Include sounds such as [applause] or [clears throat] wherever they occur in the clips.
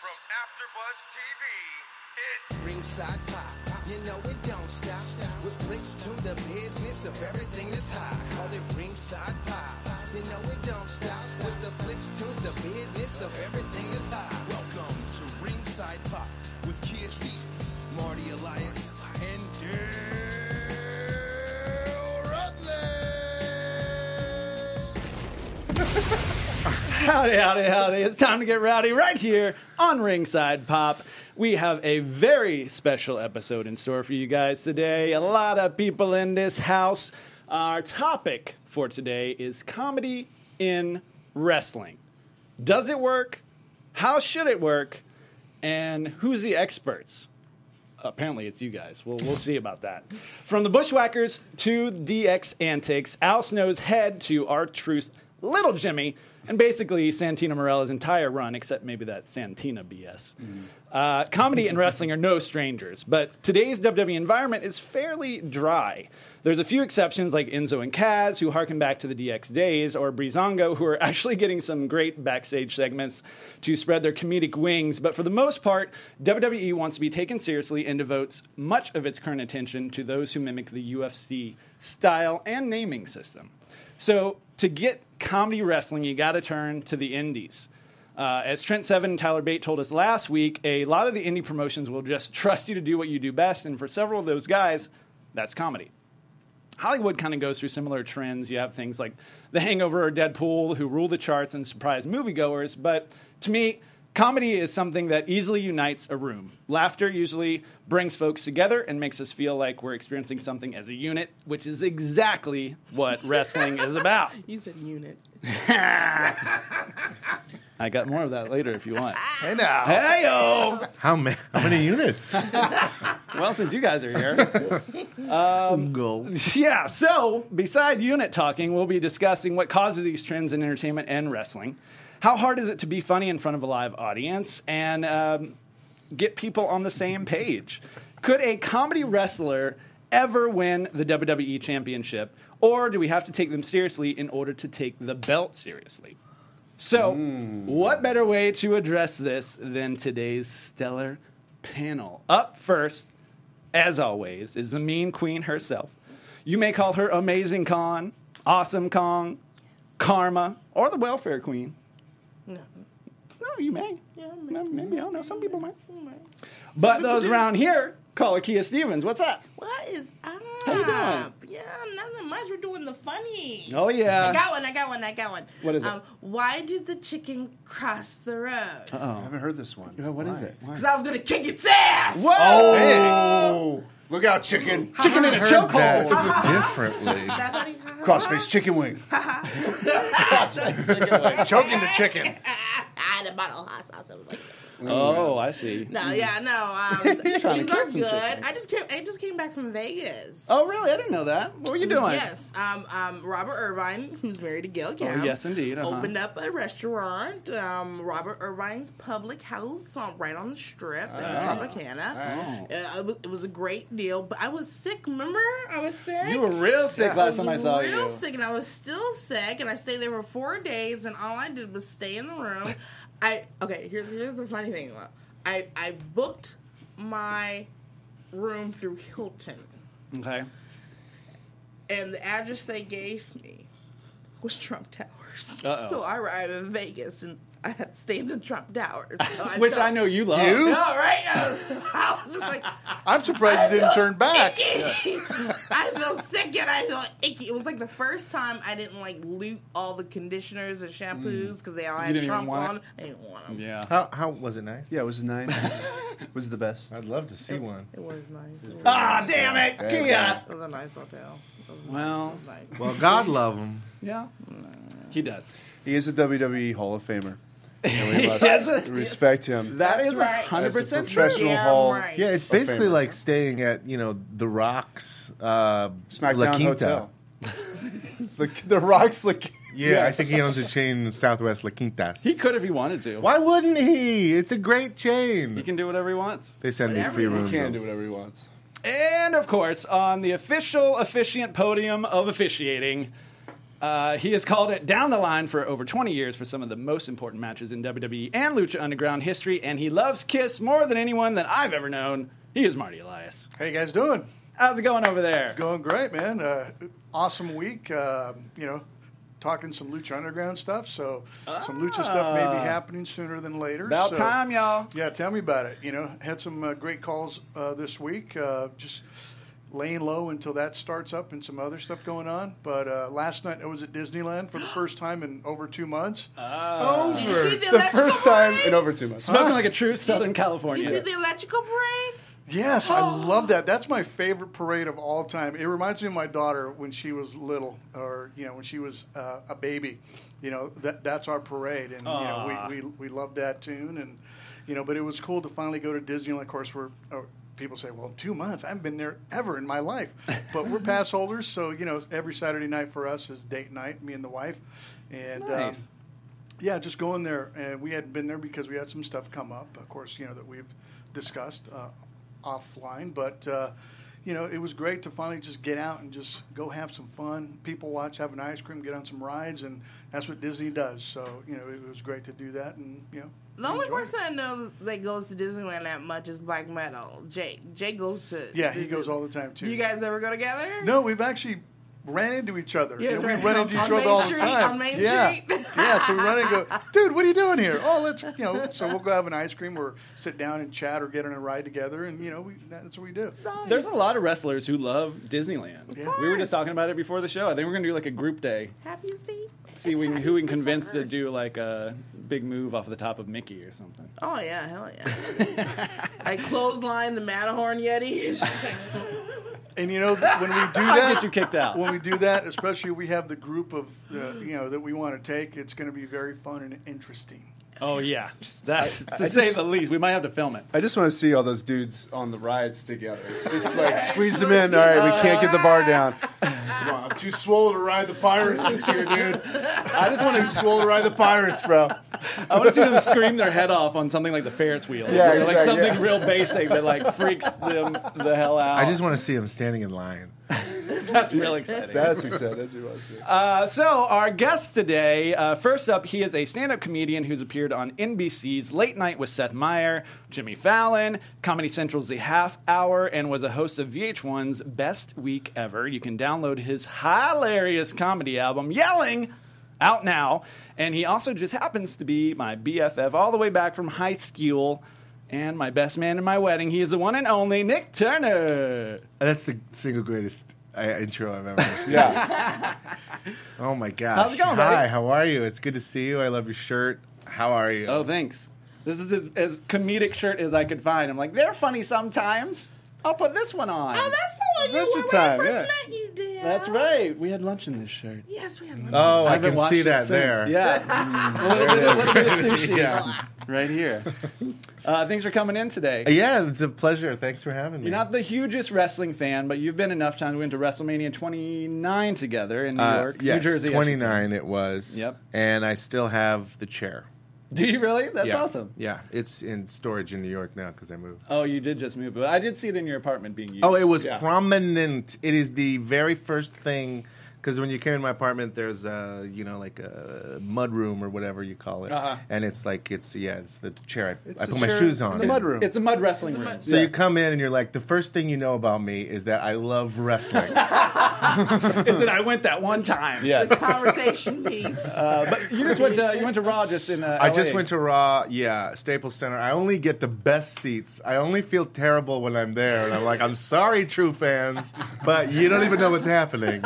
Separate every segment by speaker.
Speaker 1: AfterBuzz TV. It's
Speaker 2: Ringside pop, you know it don't stop. Was clicks to the business of everything that's hot. Call it ringside pop, you know it don't stop. With the flicks tunes, the business of everything that's hot. Welcome to ringside pop with Kids Feasties, Marty Elias, and Dale Rutledge.
Speaker 3: Howdy, howdy, howdy. It's time to get rowdy right here on Ringside Pop. We have a very special episode in store for you guys today. A lot of people in this house. Our topic for today is comedy in wrestling. Does it work? How should it work? And who's the experts? Apparently, it's you guys. We'll, we'll see about that. From the Bushwhackers to DX Antics, Al Snow's head to our Truth, Little Jimmy, and basically Santina Morella's entire run, except maybe that Santina BS. Uh, comedy and wrestling are no strangers, but today's WWE environment is fairly dry. There's a few exceptions like Enzo and Kaz, who harken back to the DX days, or Breezango, who are [laughs] actually getting some great backstage segments to spread their comedic wings. But for the most part, WWE wants to be taken seriously and devotes much of its current attention to those who mimic the UFC style and naming system. So to get comedy wrestling, you got to turn to the indies. Uh, as Trent Seven and Tyler Bate told us last week, a lot of the indie promotions will just [laughs] trust you to do what you do best, and for several of those guys, that's comedy. Hollywood kind of goes through similar trends. You have things like The Hangover or Deadpool, who rule the charts and surprise moviegoers. But to me, comedy is something that easily unites a room. Laughter usually brings folks together and makes us feel like we're experiencing something as a unit, which is exactly what wrestling is about.
Speaker 4: You said unit.
Speaker 3: [laughs] I got more of that later if you want.
Speaker 5: Hey now.
Speaker 3: Hey, yo!
Speaker 5: How, ma- how many [laughs] units?
Speaker 3: Well, since you guys are here.
Speaker 5: Go.
Speaker 3: [laughs] yeah, so beside unit talking, we'll be discussing what causes these trends in entertainment and wrestling. How hard is it to be funny in front of a live audience and um, get people on the same page? Could a comedy wrestler ever win the WWE Championship, or do we have to take them seriously in order to take the belt seriously? So, what better way to address this than today's stellar panel? Up first, as always, is the mean queen herself. You may call her Amazing Con, Awesome Kong, Karma, or the Welfare Queen.
Speaker 4: No.
Speaker 3: No, you may.
Speaker 4: Yeah, I'm
Speaker 3: No, Maybe, I don't know. Some people might.
Speaker 4: right.
Speaker 3: But those around here call her Kia Stevens. What's up?
Speaker 4: What is up?
Speaker 3: you doing?
Speaker 4: Yeah, nothing much. We're doing the funny.
Speaker 3: Oh,
Speaker 4: I
Speaker 3: yeah.
Speaker 4: got one. I got one. I got one. Um,
Speaker 3: What is it?
Speaker 4: why did the chicken cross the road?
Speaker 3: Uh-uh.
Speaker 5: I haven't heard this one.
Speaker 3: What is
Speaker 5: Why?
Speaker 3: it?
Speaker 4: Because I was gonna kick its ass.
Speaker 3: Whoa!
Speaker 5: Oh, look out, chicken.
Speaker 3: Chicken in a chokehold!
Speaker 5: That differently.
Speaker 3: [laughs]
Speaker 4: That [laughs] funny?
Speaker 5: Crossface
Speaker 4: [laughs]
Speaker 5: chicken wing.
Speaker 3: [laughs]
Speaker 5: Choking the chicken.
Speaker 4: I had a bottle of hot sauce. I was like,
Speaker 3: Oh, I see.
Speaker 4: no, yeah, no. Um,
Speaker 3: [laughs]
Speaker 4: things
Speaker 3: Trying to kick
Speaker 4: are
Speaker 3: some
Speaker 4: good.
Speaker 3: chickens.
Speaker 4: I just came. I just came back from Vegas.
Speaker 3: Oh, really? I didn't know that. What were you doing? Oh,
Speaker 4: Yes, um, um, Robert Irvine, who's married to Gail Gown,
Speaker 3: yes, indeed, uh-huh.
Speaker 4: opened up a restaurant, um, Robert Irvine's Public House, on, right on the Strip in
Speaker 3: Ah.
Speaker 4: Tropicana. Uh, it, was, it was a great deal, but I was sick. Remember, I was sick.
Speaker 3: You were real sick
Speaker 4: I
Speaker 3: last
Speaker 4: was
Speaker 3: time I saw
Speaker 4: real
Speaker 3: you.
Speaker 4: sick, and I was still sick, and I stayed there for four days, and all I did was stay in
Speaker 3: [laughs]
Speaker 4: the room. I okay. Here's here's the funny thing. though. I I booked my room through Hilton
Speaker 3: Okay.
Speaker 4: and the address they gave me was Trump Towers.
Speaker 3: Uh-oh.
Speaker 4: So I arrived in Vegas and I had to stay in the Trump Towers. So
Speaker 3: Which
Speaker 4: felt-
Speaker 3: I know you love.
Speaker 4: No,
Speaker 5: You?
Speaker 4: right? I was, [laughs] I was just like,
Speaker 5: I'm surprised you didn't turn back.
Speaker 4: icky. I feel sick and I feel icky. It was like the first time I didn't like loot all the conditioners and shampoos because they all had
Speaker 3: Mm. didn't even
Speaker 4: Trump
Speaker 3: want
Speaker 4: on.
Speaker 3: it?
Speaker 4: I didn't want them.
Speaker 3: Yeah.
Speaker 6: How, how was it nice?
Speaker 5: Yeah, it was nice. It was the best.
Speaker 6: I'd love to see one.
Speaker 4: It was nice. It was,
Speaker 3: Ah, damn it, Kia.
Speaker 4: it was a nice hotel. It was
Speaker 3: Well,
Speaker 4: nice.
Speaker 6: Well, God love him.
Speaker 3: yeah. He does.
Speaker 5: He is a WWE Hall of Famer. And we must respect him.
Speaker 3: That is
Speaker 4: right.
Speaker 3: hundred
Speaker 5: That's a
Speaker 3: percent true.
Speaker 5: professional
Speaker 4: Yeah,
Speaker 5: hall.
Speaker 4: right.
Speaker 6: Yeah, it's
Speaker 5: A
Speaker 6: basically
Speaker 5: favorite.
Speaker 6: like staying at you know the Rock's uh, La
Speaker 5: SmackDown
Speaker 6: Quinta.
Speaker 5: [laughs] Hotel. the, the Rock's La Quinta.
Speaker 6: Yeah, I think he owns a chain of Southwest La Quintas.
Speaker 3: He could if he wanted to.
Speaker 6: Why wouldn't he? It's a great chain.
Speaker 3: He can do whatever he wants.
Speaker 6: they send me
Speaker 4: Whatever
Speaker 6: free
Speaker 4: he
Speaker 6: rooms.
Speaker 5: can do whatever he wants.
Speaker 3: And of course, on the official officiant podium of officiating, Uh, he has called it down the line for over 20 years for some of the most important matches in WWE and Lucha Underground history, and he loves Kiss more than anyone that I've ever known. He is Marty Elias.
Speaker 7: How you guys doing?
Speaker 3: How's it going over there?
Speaker 7: Going great, man. Uh, awesome week. Uh, you know, talking some Lucha Underground stuff. So some Lucha stuff may be happening sooner than later.
Speaker 3: Ah. About
Speaker 7: so-
Speaker 3: time, y'all.
Speaker 7: Yeah, tell me about it. You know, had some uh, great calls uh, this week. Uh, just laying low until that starts up and some other stuff going on. But uh, last night I was at Disneyland
Speaker 3: [gasps]
Speaker 7: for the first time in over two months.
Speaker 3: Ah.
Speaker 7: Oh,
Speaker 4: Did you see the,
Speaker 5: The
Speaker 4: electrical
Speaker 5: first time
Speaker 4: parade?
Speaker 5: in over two months.
Speaker 3: Spoken like a true Southern
Speaker 4: You
Speaker 3: California.
Speaker 4: see the electrical parade?
Speaker 3: [gasps]
Speaker 7: Yes, I love that. That's my favorite parade of all time. It reminds me of my daughter when she was little, or you know, when she was uh, a baby. You know, that that's our parade, and you know,
Speaker 3: Aw.
Speaker 7: we, we we love that tune, and you know, but it was cool to finally go to Disneyland. Of course, we're. Uh, People say, "Well, two months. I haven't been there ever in my life." But
Speaker 3: [laughs]
Speaker 7: we're pass holders, so you know every Saturday night for us is date night. Me and the wife, and
Speaker 3: Nice.
Speaker 7: um, yeah, just going there, and we hadn't been there because we had some stuff come up, of course, you know that we've discussed uh, offline. But uh, you know, it was great to finally just get out and just go have some fun, people watch, have an ice cream, get on some rides, and that's what Disney does. So you know, it was great to do that, and you know,
Speaker 4: The only
Speaker 7: enjoy it.
Speaker 4: person I know that goes to Disneyland that much is Black Metal. Jake. Jake goes to.
Speaker 7: Yeah, he
Speaker 4: Disney-
Speaker 7: goes all the time too.
Speaker 4: You guys ever go together?
Speaker 7: No, we've actually ran into each other.
Speaker 4: Yes,
Speaker 7: and we
Speaker 4: right.
Speaker 7: run into each
Speaker 4: On
Speaker 7: other
Speaker 4: Main
Speaker 7: all
Speaker 4: Street-
Speaker 7: the time.
Speaker 4: on Main
Speaker 7: yeah.
Speaker 4: Street.
Speaker 7: yeah, so we run and go, dude, what are you doing here? Oh, let's, you know, so we'll go have an ice cream or sit down and chat or get on a ride together. And, you know, we, that's what we do.
Speaker 3: There's a lot of wrestlers who love Disneyland. We were just talking about it before the show. I think we're gonna do like a group day.
Speaker 4: Happy Steve.
Speaker 3: See we, who we can convince to do like a big move off of the top of Mickey or something.
Speaker 4: Oh yeah, hell yeah!
Speaker 3: [laughs]
Speaker 4: I clothesline the Matterhorn Yeti. [laughs] It's just like,
Speaker 7: And, you know, th- when we do
Speaker 3: I'll
Speaker 7: that,
Speaker 3: get you kicked out.
Speaker 7: when we do that, especially if we have the group of, uh, you know, that we want to take, it's going to be very fun and interesting.
Speaker 3: Oh yeah, that to say the least. We might have to film it.
Speaker 5: I just want to see all those dudes on the rides together. Just like squeeze them in. All right, we can't get the bar down. Come on, I'm too swole to ride the pirates this year, dude. I just want to swole to ride the pirates, bro.
Speaker 3: I want to see them scream their head off on something like the Ferris wheel, Or,
Speaker 5: Yeah,
Speaker 3: like
Speaker 5: exactly,
Speaker 3: something
Speaker 5: yeah.
Speaker 3: real basic that like freaks them the hell out.
Speaker 6: I just want to see him standing in line.
Speaker 3: that's really exciting.
Speaker 5: That's exciting. That's what I want to see.
Speaker 3: Uh, so our guest today, uh, first up, he is a stand-up comedian who's appeared on NBC's Late Night with Seth Meyers, Jimmy Fallon, Comedy Central's The Half Hour, and was a host of VH1's Best Week Ever. You can download his hilarious comedy album, Yelling, out now. And he also just happens to be my BFF all the way back from high school. And my best man in my wedding, he is the one and only Nick Turner.
Speaker 6: That's the single greatest uh, intro I've ever seen.
Speaker 5: yeah,
Speaker 6: Oh my gosh!
Speaker 3: How's it going,
Speaker 6: Hi,
Speaker 3: buddy?
Speaker 6: how are you? It's good to see you. I love your shirt. How are you?
Speaker 3: Oh, thanks. This is as, as comedic shirt as I could find. I'm like, they're funny sometimes. I'll put this one on.
Speaker 4: oh, that's the one you
Speaker 5: Adventure
Speaker 4: wore when I
Speaker 5: time,
Speaker 4: first
Speaker 5: yeah.
Speaker 4: met you, dear.
Speaker 3: That's right. We had lunch in this shirt.
Speaker 4: Yes, we had lunch.
Speaker 6: Oh, I,
Speaker 3: haven't
Speaker 6: can
Speaker 3: washed
Speaker 6: see
Speaker 3: it
Speaker 6: that
Speaker 3: since.
Speaker 6: there. [laughs] Mm,
Speaker 3: Yeah. a little bit, a little bit of sushi
Speaker 6: Yeah. [laughs]
Speaker 3: right here. Uh, thanks for coming in today.
Speaker 6: Yeah, it's a pleasure. Thanks for having me.
Speaker 3: You're not the hugest wrestling fan, but you've been enough times. We went to WrestleMania 29 together in New
Speaker 6: Uh,
Speaker 3: York,
Speaker 6: yes,
Speaker 3: New Jersey. I should say.
Speaker 6: 29 it was.
Speaker 3: Yep.
Speaker 6: And I still have the chair.
Speaker 3: Do you really? That's
Speaker 6: yeah.
Speaker 3: awesome.
Speaker 6: Yeah, it's in storage in New York now because I moved.
Speaker 3: Oh, you did just move, but I did see it in your apartment being used.
Speaker 6: Oh, it was
Speaker 3: Yeah.
Speaker 6: prominent. It is the very first thing because when you came in my apartment, there's a you know like a mud room or whatever you call it,
Speaker 3: Uh-huh.
Speaker 6: and it's like it's yeah, it's the chair I,
Speaker 5: It's
Speaker 6: I
Speaker 5: the
Speaker 6: put my
Speaker 5: chair
Speaker 6: shoes
Speaker 5: in
Speaker 6: on.
Speaker 5: the mud room.
Speaker 3: It's a mud wrestling room.
Speaker 6: So you come in and you're like, the first thing you know about me is that I love wrestling.
Speaker 3: Is that I went that one time?
Speaker 5: yeah.
Speaker 4: the
Speaker 7: [laughs]
Speaker 4: conversation piece.
Speaker 3: Uh, but you just went to you went to Raw just in. Uh,
Speaker 6: I just went to Raw, yeah, Staples Center. I only get the best seats. I only feel terrible when I'm there, and I'm like, I'm sorry, true fans, but you don't even know what's happening.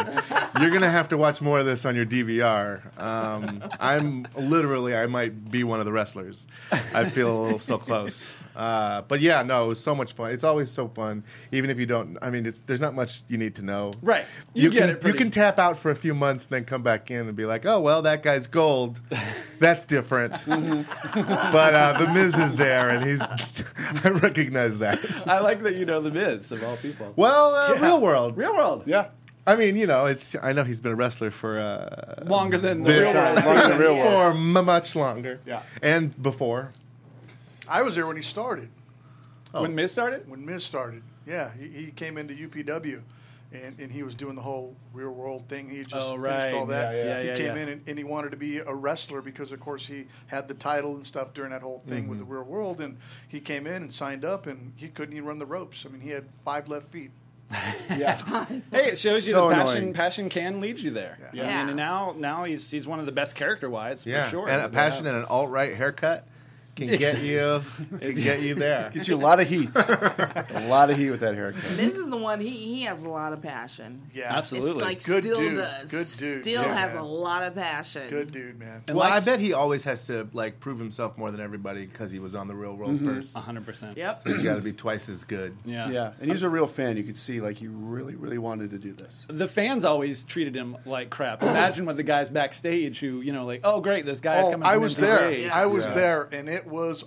Speaker 6: You're gonna have to watch more of this on your DVR. Um, I'm literally, I might be one of the wrestlers. I feel a little so close. Uh, but yeah, no, it was so much fun. It's always so fun, even if you don't. I mean, it's, there's not much you need to know.
Speaker 3: Right. You
Speaker 6: You,
Speaker 3: get
Speaker 6: can
Speaker 3: it
Speaker 6: you
Speaker 3: pretty-
Speaker 6: can tap out for a few months, and then come back in and be like, oh well, that guy's
Speaker 5: [laughs]
Speaker 6: gold. That's different.
Speaker 5: Mm-hmm.
Speaker 6: But uh, the Miz is there, and he's. [laughs] I recognize that.
Speaker 3: I like that you know the Miz of all people.
Speaker 6: Well, uh, real world.
Speaker 3: Real world.
Speaker 5: yeah.
Speaker 6: I mean, you know, it's. I know he's been a wrestler for uh,
Speaker 3: Longer than the
Speaker 6: Bit
Speaker 3: real
Speaker 6: time.
Speaker 3: world.
Speaker 5: Longer than real world.
Speaker 6: for m- much longer.
Speaker 5: Yeah.
Speaker 6: and before.
Speaker 7: I was there when he started,
Speaker 3: When Miz started.
Speaker 7: when Miz started. Yeah, he, he came into UPW. and, and he was doing the whole real world thing. He had just
Speaker 3: Oh,
Speaker 7: finished all
Speaker 3: right.
Speaker 7: that.
Speaker 3: Yeah, yeah.
Speaker 7: he
Speaker 3: Yeah, yeah,
Speaker 7: came
Speaker 3: yeah.
Speaker 7: in and, and he wanted to be a wrestler because, of course, he had the title and stuff during that whole thing with
Speaker 3: Mm-hmm.
Speaker 7: the real world. And he came in and signed up, and he couldn't even run the ropes. I mean, he had five left feet.
Speaker 5: Yeah.
Speaker 3: Hey, it shows you
Speaker 5: So
Speaker 3: that passion.
Speaker 5: annoying.
Speaker 3: Passion can lead you there.
Speaker 7: Yeah.
Speaker 3: I mean,
Speaker 4: Yeah.
Speaker 3: and now now he's he's one of the best character wise
Speaker 6: Yeah,
Speaker 3: for sure.
Speaker 6: and a passion and an alt right haircut
Speaker 5: [laughs]
Speaker 6: can get you can get you there.
Speaker 5: Get you a lot of heat.
Speaker 6: [laughs]
Speaker 5: a lot of heat with that haircut.
Speaker 4: This is the one he he has a lot of passion.
Speaker 7: Yeah.
Speaker 3: Absolutely.
Speaker 4: It's like
Speaker 7: Good
Speaker 4: still
Speaker 7: dude.
Speaker 4: does.
Speaker 7: Good dude.
Speaker 4: Still
Speaker 7: Yeah.
Speaker 4: has a lot of passion.
Speaker 7: Good dude, man.
Speaker 3: And
Speaker 6: Well, I
Speaker 3: likes-
Speaker 6: bet he always has to like prove himself more than everybody because he was on the real world first.
Speaker 3: hundred percent.
Speaker 4: Yep.
Speaker 7: [clears throat]
Speaker 6: He's got to be twice as good.
Speaker 3: Mm-hmm. Uh-huh. Yeah.
Speaker 5: Yeah, and he's a real fan. You could see, like, he really, really wanted to do this.
Speaker 3: The fans always treated him like crap. Imagine what the guys backstage who you know like, oh great, this guy is
Speaker 7: Oh,
Speaker 3: coming.
Speaker 7: I
Speaker 3: from
Speaker 7: was
Speaker 3: MTV.
Speaker 7: there.
Speaker 4: Yeah.
Speaker 7: I was
Speaker 5: Yeah.
Speaker 7: there, and it was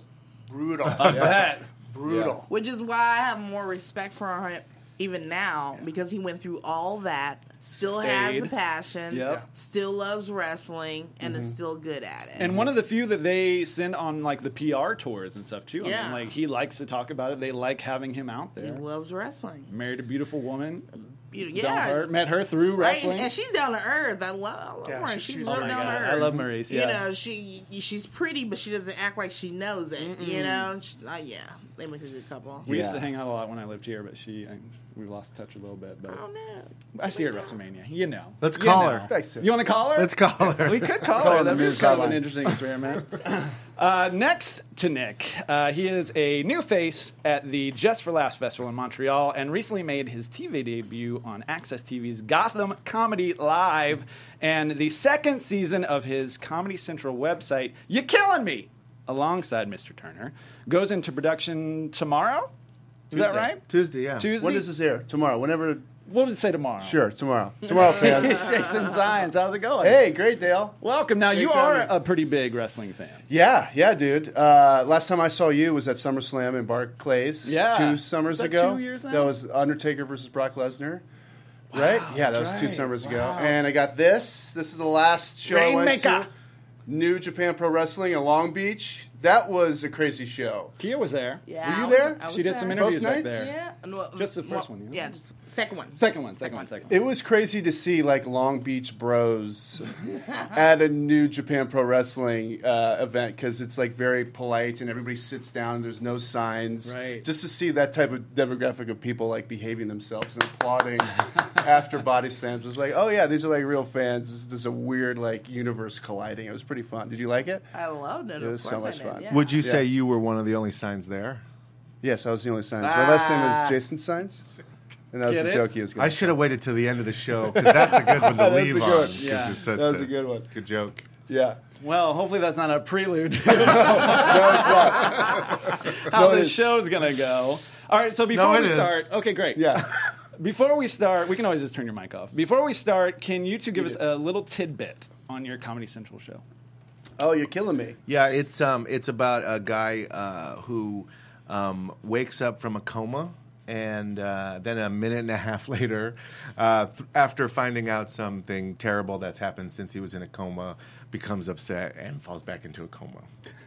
Speaker 7: brutal.
Speaker 3: [laughs] I bet.
Speaker 7: Brutal.
Speaker 4: Which is why I have more respect for him even now because he went through all that, still has the
Speaker 3: Stayed.
Speaker 4: passion,
Speaker 3: Yep. Mm-hmm.
Speaker 4: still loves wrestling, and is still good at it.
Speaker 3: And one of the few that they send on like the PR tours and stuff too. I
Speaker 4: Yeah.
Speaker 3: mean, like he likes to talk about it. They like having him out
Speaker 4: he
Speaker 3: there.
Speaker 4: loves wrestling.
Speaker 3: Married a beautiful woman.
Speaker 4: You-
Speaker 3: Don't
Speaker 4: yeah.
Speaker 3: hurt- met her through
Speaker 4: Right,
Speaker 3: wrestling.
Speaker 4: and she's down to earth. I love, I love
Speaker 7: Yeah,
Speaker 4: her.
Speaker 7: she-
Speaker 4: She's
Speaker 7: she's-
Speaker 4: real
Speaker 7: Oh my
Speaker 4: down to
Speaker 3: God,
Speaker 4: earth.
Speaker 3: I love Maurice,
Speaker 4: You
Speaker 3: yeah.
Speaker 4: know, she she's pretty, but she doesn't act like she knows it. You know, she, uh, yeah, they make a good couple.
Speaker 3: we used
Speaker 5: Yeah.
Speaker 3: to hang out a lot when I lived here, but she I, we lost touch a little bit. But
Speaker 4: I don't know.
Speaker 3: I see her at WrestleMania. You know.
Speaker 6: Let's
Speaker 3: You
Speaker 6: call
Speaker 3: know.
Speaker 6: her.
Speaker 5: Thanks, sir.
Speaker 3: You want to call her?
Speaker 6: Let's call her.
Speaker 3: We could call,
Speaker 5: Call
Speaker 3: her.
Speaker 5: her the
Speaker 3: That'd be
Speaker 5: Miz
Speaker 3: kind of an
Speaker 5: hotline.
Speaker 3: interesting
Speaker 5: [laughs]
Speaker 3: experiment. uh, next to Nick, uh, he is a new face at the Just for Laughs Festival in Montreal and recently made his TV debut on Access TV's Gotham Comedy Live and the second season of his Comedy Central website, You Killing Me, alongside Mr. Turner, goes into production tomorrow. Is that
Speaker 5: Tuesday.
Speaker 3: right?
Speaker 6: Tuesday, yeah.
Speaker 3: Tuesday.
Speaker 5: When does this air? Tomorrow. Whenever.
Speaker 3: What did it say tomorrow? [laughs]
Speaker 5: Sure, tomorrow. Tomorrow, fans.
Speaker 3: Jason Science, how's it going?
Speaker 5: hey, great, Dale.
Speaker 3: Welcome. Now, you
Speaker 5: Thanks for
Speaker 3: are
Speaker 5: having me.
Speaker 3: a pretty big wrestling fan.
Speaker 5: Yeah, yeah, dude. Uh, last time I saw you was at SummerSlam in Barclays.
Speaker 3: Yeah.
Speaker 5: two summers
Speaker 3: Was that
Speaker 5: ago.
Speaker 3: two years now?
Speaker 5: That was Undertaker versus Brock Lesnar. Right? Yeah, that was
Speaker 3: that's
Speaker 5: two
Speaker 3: right.
Speaker 5: summers ago.
Speaker 3: Wow.
Speaker 5: And I got this. This is the last show I went
Speaker 3: Rainmaker.
Speaker 5: to. New Japan Pro Wrestling in Long Beach. That was a crazy show.
Speaker 3: Kia was there.
Speaker 4: Yeah,
Speaker 5: you
Speaker 4: I was-
Speaker 5: there?
Speaker 4: I was
Speaker 3: She did some
Speaker 4: there.
Speaker 3: interviews
Speaker 5: Both
Speaker 3: back
Speaker 5: nights?
Speaker 3: there.
Speaker 4: Yeah, and well,
Speaker 3: Just the first
Speaker 4: well,
Speaker 3: one, yeah.
Speaker 4: Yeah, just second one.
Speaker 3: Second one, second one, second one.
Speaker 5: It was crazy to see like Long Beach
Speaker 3: [laughs]
Speaker 5: Bros at a New Japan Pro Wrestling uh, event because it's like very polite and everybody sits down and there's no signs.
Speaker 3: Right.
Speaker 5: Just to see that type of demographic of people like behaving themselves
Speaker 3: [laughs]
Speaker 5: and applauding after body slams was like, oh yeah, these are like real fans. This is just a weird like universe colliding. It was pretty fun. Did you like it?
Speaker 4: I loved it.
Speaker 5: It was
Speaker 4: of
Speaker 5: so
Speaker 4: course I
Speaker 5: much
Speaker 4: did,
Speaker 5: fun.
Speaker 4: Yeah.
Speaker 6: Would you say
Speaker 5: Yeah.
Speaker 6: you were one of the only signs there?
Speaker 5: Yes, I was the only signs. My last name
Speaker 3: Ah.
Speaker 5: is Jason Signs, and that was
Speaker 3: Get
Speaker 5: the
Speaker 3: it?
Speaker 5: joke he was. Gonna
Speaker 6: I should have waited till the end of the show because that's a
Speaker 5: [laughs]
Speaker 6: good one to leave
Speaker 5: a good
Speaker 6: on.
Speaker 5: one.
Speaker 6: 'cause
Speaker 3: Yeah.
Speaker 6: it's such
Speaker 5: That was a good one.
Speaker 6: Good joke.
Speaker 5: Yeah.
Speaker 3: Well, hopefully that's not a prelude [laughs]
Speaker 5: [laughs]
Speaker 3: to how
Speaker 5: No, it
Speaker 3: this
Speaker 5: is.
Speaker 3: show's gonna go. All right, so before
Speaker 6: it
Speaker 3: we
Speaker 6: is.
Speaker 3: start, okay, great.
Speaker 5: Yeah. [laughs]
Speaker 3: Before we start, we can always just turn your mic off. Before we start, can you two give us a little tidbit on your Comedy Central show?
Speaker 5: Oh, you're killing me.
Speaker 6: Yeah, it's um, it's about a guy uh, who um, wakes up from a coma, and uh, then a minute and a half [laughs] later, uh, th- after finding out something terrible that's happened since he was in a coma, becomes upset and falls back into a coma.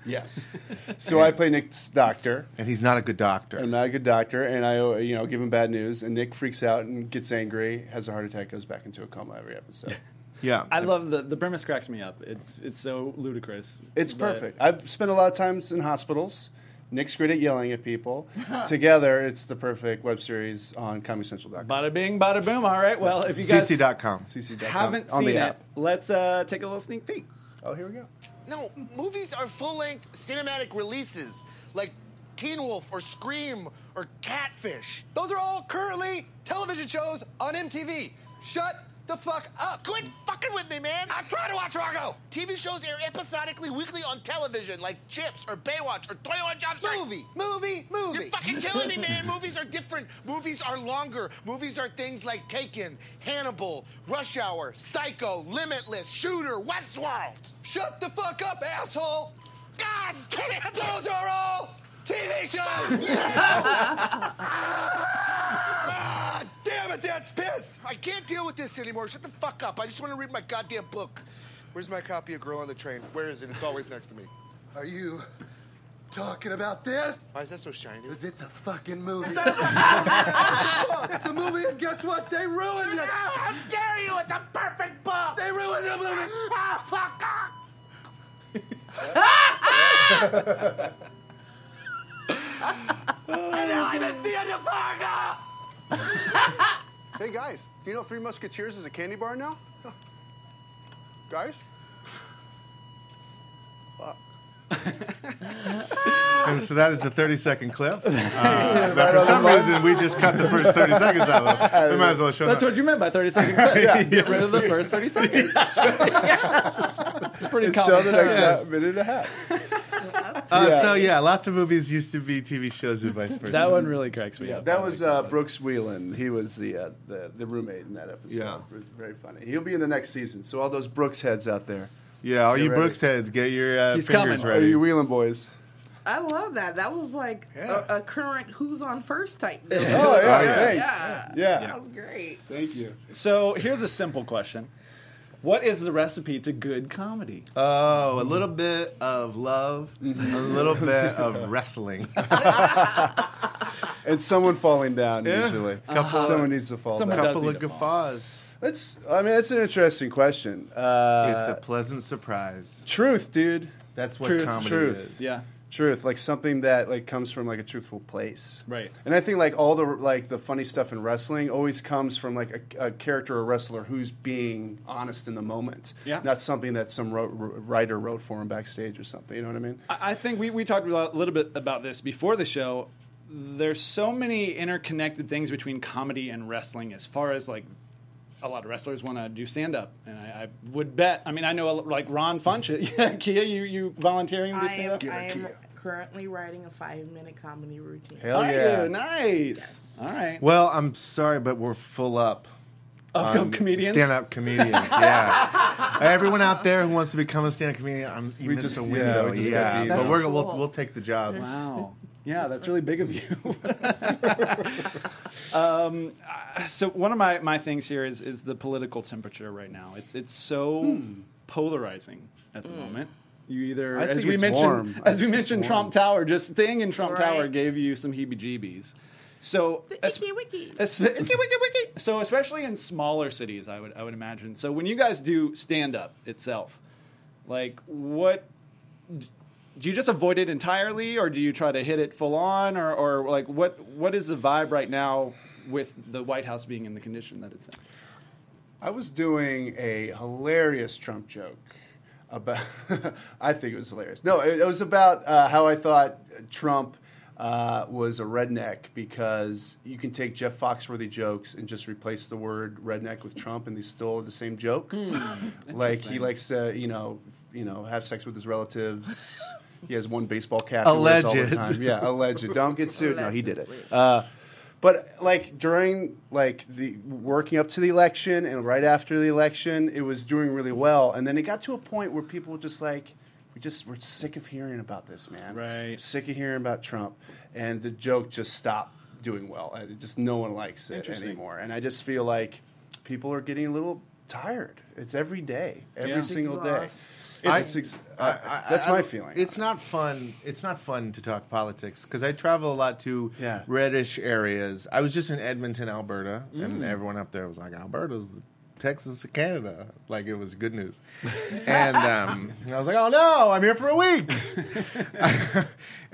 Speaker 5: Yes. [laughs] so I play Nick's doctor.
Speaker 6: And he's not a good doctor.
Speaker 5: I'm not a good doctor, and I, uh, you know, give him bad news, and Nick freaks out and gets angry, has a heart attack, goes back into a coma every episode.
Speaker 6: yeah,
Speaker 3: I love the the premise cracks me up. It's it's so ludicrous.
Speaker 5: It's
Speaker 3: but-
Speaker 5: perfect. I've spent a lot of times in hospitals. Nick's great at yelling at people. Together, it's the perfect web series on ComedyCentral.com.
Speaker 3: Bada bing, bada boom. All right. Well, if you guys
Speaker 6: cc.com.
Speaker 5: CC.com,
Speaker 3: haven't
Speaker 5: on
Speaker 3: seen
Speaker 5: the
Speaker 3: it,
Speaker 5: app.
Speaker 3: let's uh, take a little sneak peek.
Speaker 5: Oh, here we go.
Speaker 8: No, movies are full-length cinematic releases like Teen Wolf or Scream or Catfish. Those are all currently television shows on MTV. Shut the fuck up. Quit fucking with me, man. I'm trying to watch Rocco. TV shows air episodically weekly on television like Chips or Baywatch or 21 Jump Street. Movie, movie, movie. You're fucking killing me, man. Movies are different. Movies are longer. Movies are things like Taken, Hannibal, Rush Hour, Psycho, Limitless, Shooter, Westworld. Shut the fuck up, asshole. God damn it. Those are all TV shows. [laughs]
Speaker 9: Ah,
Speaker 8: God damn it, that's piss. I can't deal with this anymore. Shut the fuck up. I just want to read my goddamn book. Where's my copy of Girl on the Train? Where is it? It's always next to me. Are you
Speaker 9: talking about this?
Speaker 8: Why is that so shiny?
Speaker 9: Because it's a fucking movie. it's a movie, and guess what? They ruined it.
Speaker 8: How dare you? It's a perfect book.
Speaker 9: They ruined the movie.
Speaker 8: Oh, fuck off. and now I must see a Fargo.
Speaker 7: Hey guys, do you know Three Musketeers is a candy bar now? [laughs] Guys?
Speaker 6: And so that is the 30 second clip. Uh, but for some reason, we just cut the first 30 seconds out of
Speaker 3: [laughs]
Speaker 6: it. We might as well show
Speaker 3: That's
Speaker 6: that.
Speaker 3: what you meant by 30
Speaker 5: [laughs]
Speaker 3: second clip. Get rid of the first 30 seconds. it's a pretty
Speaker 5: [laughs] Show
Speaker 3: common [laughs]
Speaker 5: the next
Speaker 3: term.
Speaker 5: half minute and a half.
Speaker 6: Uh, So, yeah, lots of movies used to be TV shows and vice versa.
Speaker 3: That one really cracks me up.
Speaker 5: That was uh, Brooks Wheelan. He was the, uh, the the roommate in that episode.
Speaker 6: Yeah.
Speaker 5: Very- very funny. He'll be in the next season. So all those Brooks heads out there,
Speaker 6: Yeah, all
Speaker 5: Get
Speaker 6: you
Speaker 5: ready.
Speaker 6: Brooks heads, get your uh,
Speaker 3: He's
Speaker 6: fingers
Speaker 3: coming.
Speaker 5: are
Speaker 6: ready.
Speaker 5: you
Speaker 6: [laughs]
Speaker 5: Wheelan boys?
Speaker 4: I love that. That was like
Speaker 7: Yeah.
Speaker 4: a, a current who's on first type. deal.
Speaker 5: [laughs] Oh yeah,
Speaker 4: Yeah.
Speaker 5: Yeah.
Speaker 4: That was great.
Speaker 5: Thank you.
Speaker 3: So here's a simple question. What is the recipe to good comedy?
Speaker 6: Oh, a little bit of love, a [laughs] little bit of [laughs] wrestling.
Speaker 5: And someone falling down
Speaker 6: Yeah.
Speaker 5: usually.
Speaker 6: Couple-
Speaker 5: Someone needs to fall
Speaker 3: Someone
Speaker 5: down.
Speaker 3: does
Speaker 6: couple
Speaker 3: need
Speaker 6: of
Speaker 3: to
Speaker 6: guffaws.
Speaker 5: That's. I mean, that's an interesting question. Uh,
Speaker 6: it's a pleasant surprise.
Speaker 5: truth, dude.
Speaker 6: That's what
Speaker 3: Truth,
Speaker 6: comedy
Speaker 5: truth.
Speaker 6: is.
Speaker 3: Yeah.
Speaker 5: Truth, like something that like comes from like a truthful place.
Speaker 3: Right.
Speaker 5: And I think like all the like the funny stuff in wrestling always comes from like a, a character or wrestler who's being honest in the moment.
Speaker 3: Yeah.
Speaker 5: Not something that some wrote, writer wrote for him backstage or something. You know what I mean?
Speaker 3: I I think we, we talked a lot- little bit about this before the show. There's so many interconnected things between comedy and wrestling as far as like a lot of wrestlers want to do stand up. And I, I would bet, I mean, I know a, like Ron Funch, [laughs] yeah, Kia, you, you volunteering to do
Speaker 4: I
Speaker 3: stand
Speaker 4: am,
Speaker 3: up?
Speaker 4: I am currently writing a five minute comedy routine. [laughs]
Speaker 6: Hell Oh, yeah.
Speaker 3: nice. All right.
Speaker 6: Well, I'm sorry, but we're full up.
Speaker 3: Of of comedians.
Speaker 6: Stand up comedians, yeah. Everyone out there who wants to become a stand up comedian, I'm, you
Speaker 5: We
Speaker 6: missed
Speaker 5: just-
Speaker 6: a
Speaker 5: yeah,
Speaker 6: window. Yeah,
Speaker 5: we just got these.
Speaker 6: but
Speaker 5: That's
Speaker 6: we're, we'll,
Speaker 4: cool.
Speaker 6: we'll take the job.
Speaker 3: Wow. Yeah, that's really big of you. um, uh, so one of my, my things here is is the political temperature right now. It's it's so polarizing at the moment. You either,
Speaker 5: I
Speaker 3: as
Speaker 5: think
Speaker 3: we
Speaker 5: it's
Speaker 3: mentioned,
Speaker 5: warm. I
Speaker 3: as we
Speaker 5: think it's
Speaker 3: mentioned,
Speaker 5: warm.
Speaker 3: Trump Tower. Just thing in Trump
Speaker 4: Right.
Speaker 3: Tower gave you some heebie-jeebies. So
Speaker 4: The
Speaker 3: es-
Speaker 4: Icky Wiki.
Speaker 3: Espe- wiki, wiki, wiki. So especially in smaller cities, I would I would imagine. So when you guys do stand up itself, like what do you just avoid it entirely, or do you try to hit it full on, or, or like what what is the vibe right now with the White House being in the condition that it's in?
Speaker 5: I was doing a hilarious Trump joke about. [laughs] I think it was hilarious. No, it, it was about uh, how I thought Trump uh, was a redneck because you can take Jeff Foxworthy jokes and just replace the word redneck with Trump, and they still are the same joke. [laughs] like he likes to, you know, you know, have sex with his relatives. He has one baseball cap. he wears all
Speaker 6: Alleged.
Speaker 5: the time. Yeah, alleged. Don't get sued. No, he did it. Uh, but like during like the working up to the election and right after the election, it was doing really well. And then it got to a point where people were just like, we just we're sick of hearing about this man.
Speaker 3: Right.
Speaker 5: Sick of hearing about Trump, and the joke just stopped doing well. And it just no one likes it
Speaker 3: Interesting.
Speaker 5: anymore. And I just feel like people are getting a little tired. It's every day, every
Speaker 3: Yeah. It's
Speaker 5: single day. It's,
Speaker 6: I-
Speaker 5: ex-
Speaker 6: I- I-
Speaker 5: that's
Speaker 6: I-
Speaker 5: my feeling.
Speaker 6: It's not fun. It's not fun to talk politics because I travel a lot to
Speaker 5: Yeah.
Speaker 6: reddish areas. I was just in Edmonton, Alberta,
Speaker 5: Mm.
Speaker 6: and everyone up there was like, "Alberta's the Texas of Canada." Like it was good news, [laughs] and um, I was like, "Oh no, I'm here for a week." [laughs]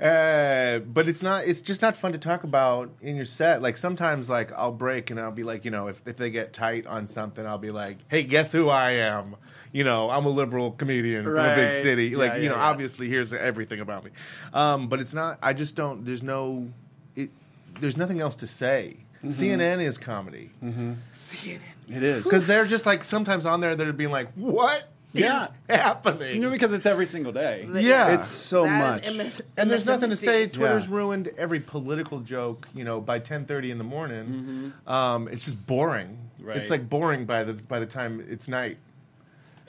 Speaker 6: Uh, but it's not. It's just not fun to talk about in your set. Like sometimes, like I'll break and I'll be like, you know, if if they get tight on something, I'll be like, hey, guess who I am? You know, I'm a liberal comedian from a big
Speaker 3: Right.
Speaker 6: city.
Speaker 3: Yeah,
Speaker 6: Like,
Speaker 3: yeah,
Speaker 6: you know,
Speaker 3: yeah.
Speaker 6: obviously here's everything about me. Um, but it's not. I just don't. There's no. It, there's nothing else to say.
Speaker 3: Mm-hmm.
Speaker 6: CNN is comedy [laughs]
Speaker 5: it is.
Speaker 6: because they're just like sometimes on there they're being like, what is
Speaker 3: Yeah.
Speaker 6: happening?
Speaker 3: You know, because it's every single day.
Speaker 6: yeah,
Speaker 5: It's so
Speaker 4: That
Speaker 5: much.
Speaker 4: and MS-
Speaker 6: and there's nothing to say.
Speaker 4: MSNBC.
Speaker 6: Twitter's
Speaker 5: Yeah.
Speaker 6: ruined every political joke. You know, by ten thirty in the morning, um, it's just boring.
Speaker 3: Mm-hmm. Right.
Speaker 6: It's like boring by the by the time it's night,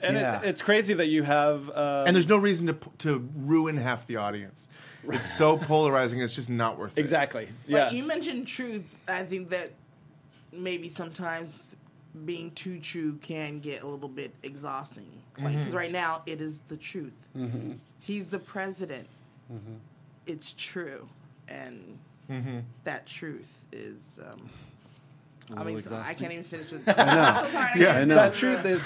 Speaker 3: And
Speaker 5: Yeah.
Speaker 3: it, it's crazy that you have. Uh,
Speaker 6: and there's no reason to p- to ruin half the audience. It's so polarizing. It's just not worth it.
Speaker 3: exactly. Yeah.
Speaker 4: But you mentioned truth. I think that maybe sometimes being too true can get a little bit
Speaker 5: Mm-hmm. Mm-hmm.
Speaker 4: exhausting. Like 'cause right now, it is the truth. He's the president. it's true, and that truth is. Um, I mean, so I can't even
Speaker 5: [laughs]
Speaker 4: finish it. I'm so tired.
Speaker 5: Yeah,
Speaker 4: can't
Speaker 5: I
Speaker 4: even
Speaker 5: know.
Speaker 3: The
Speaker 4: finish
Speaker 3: truth is,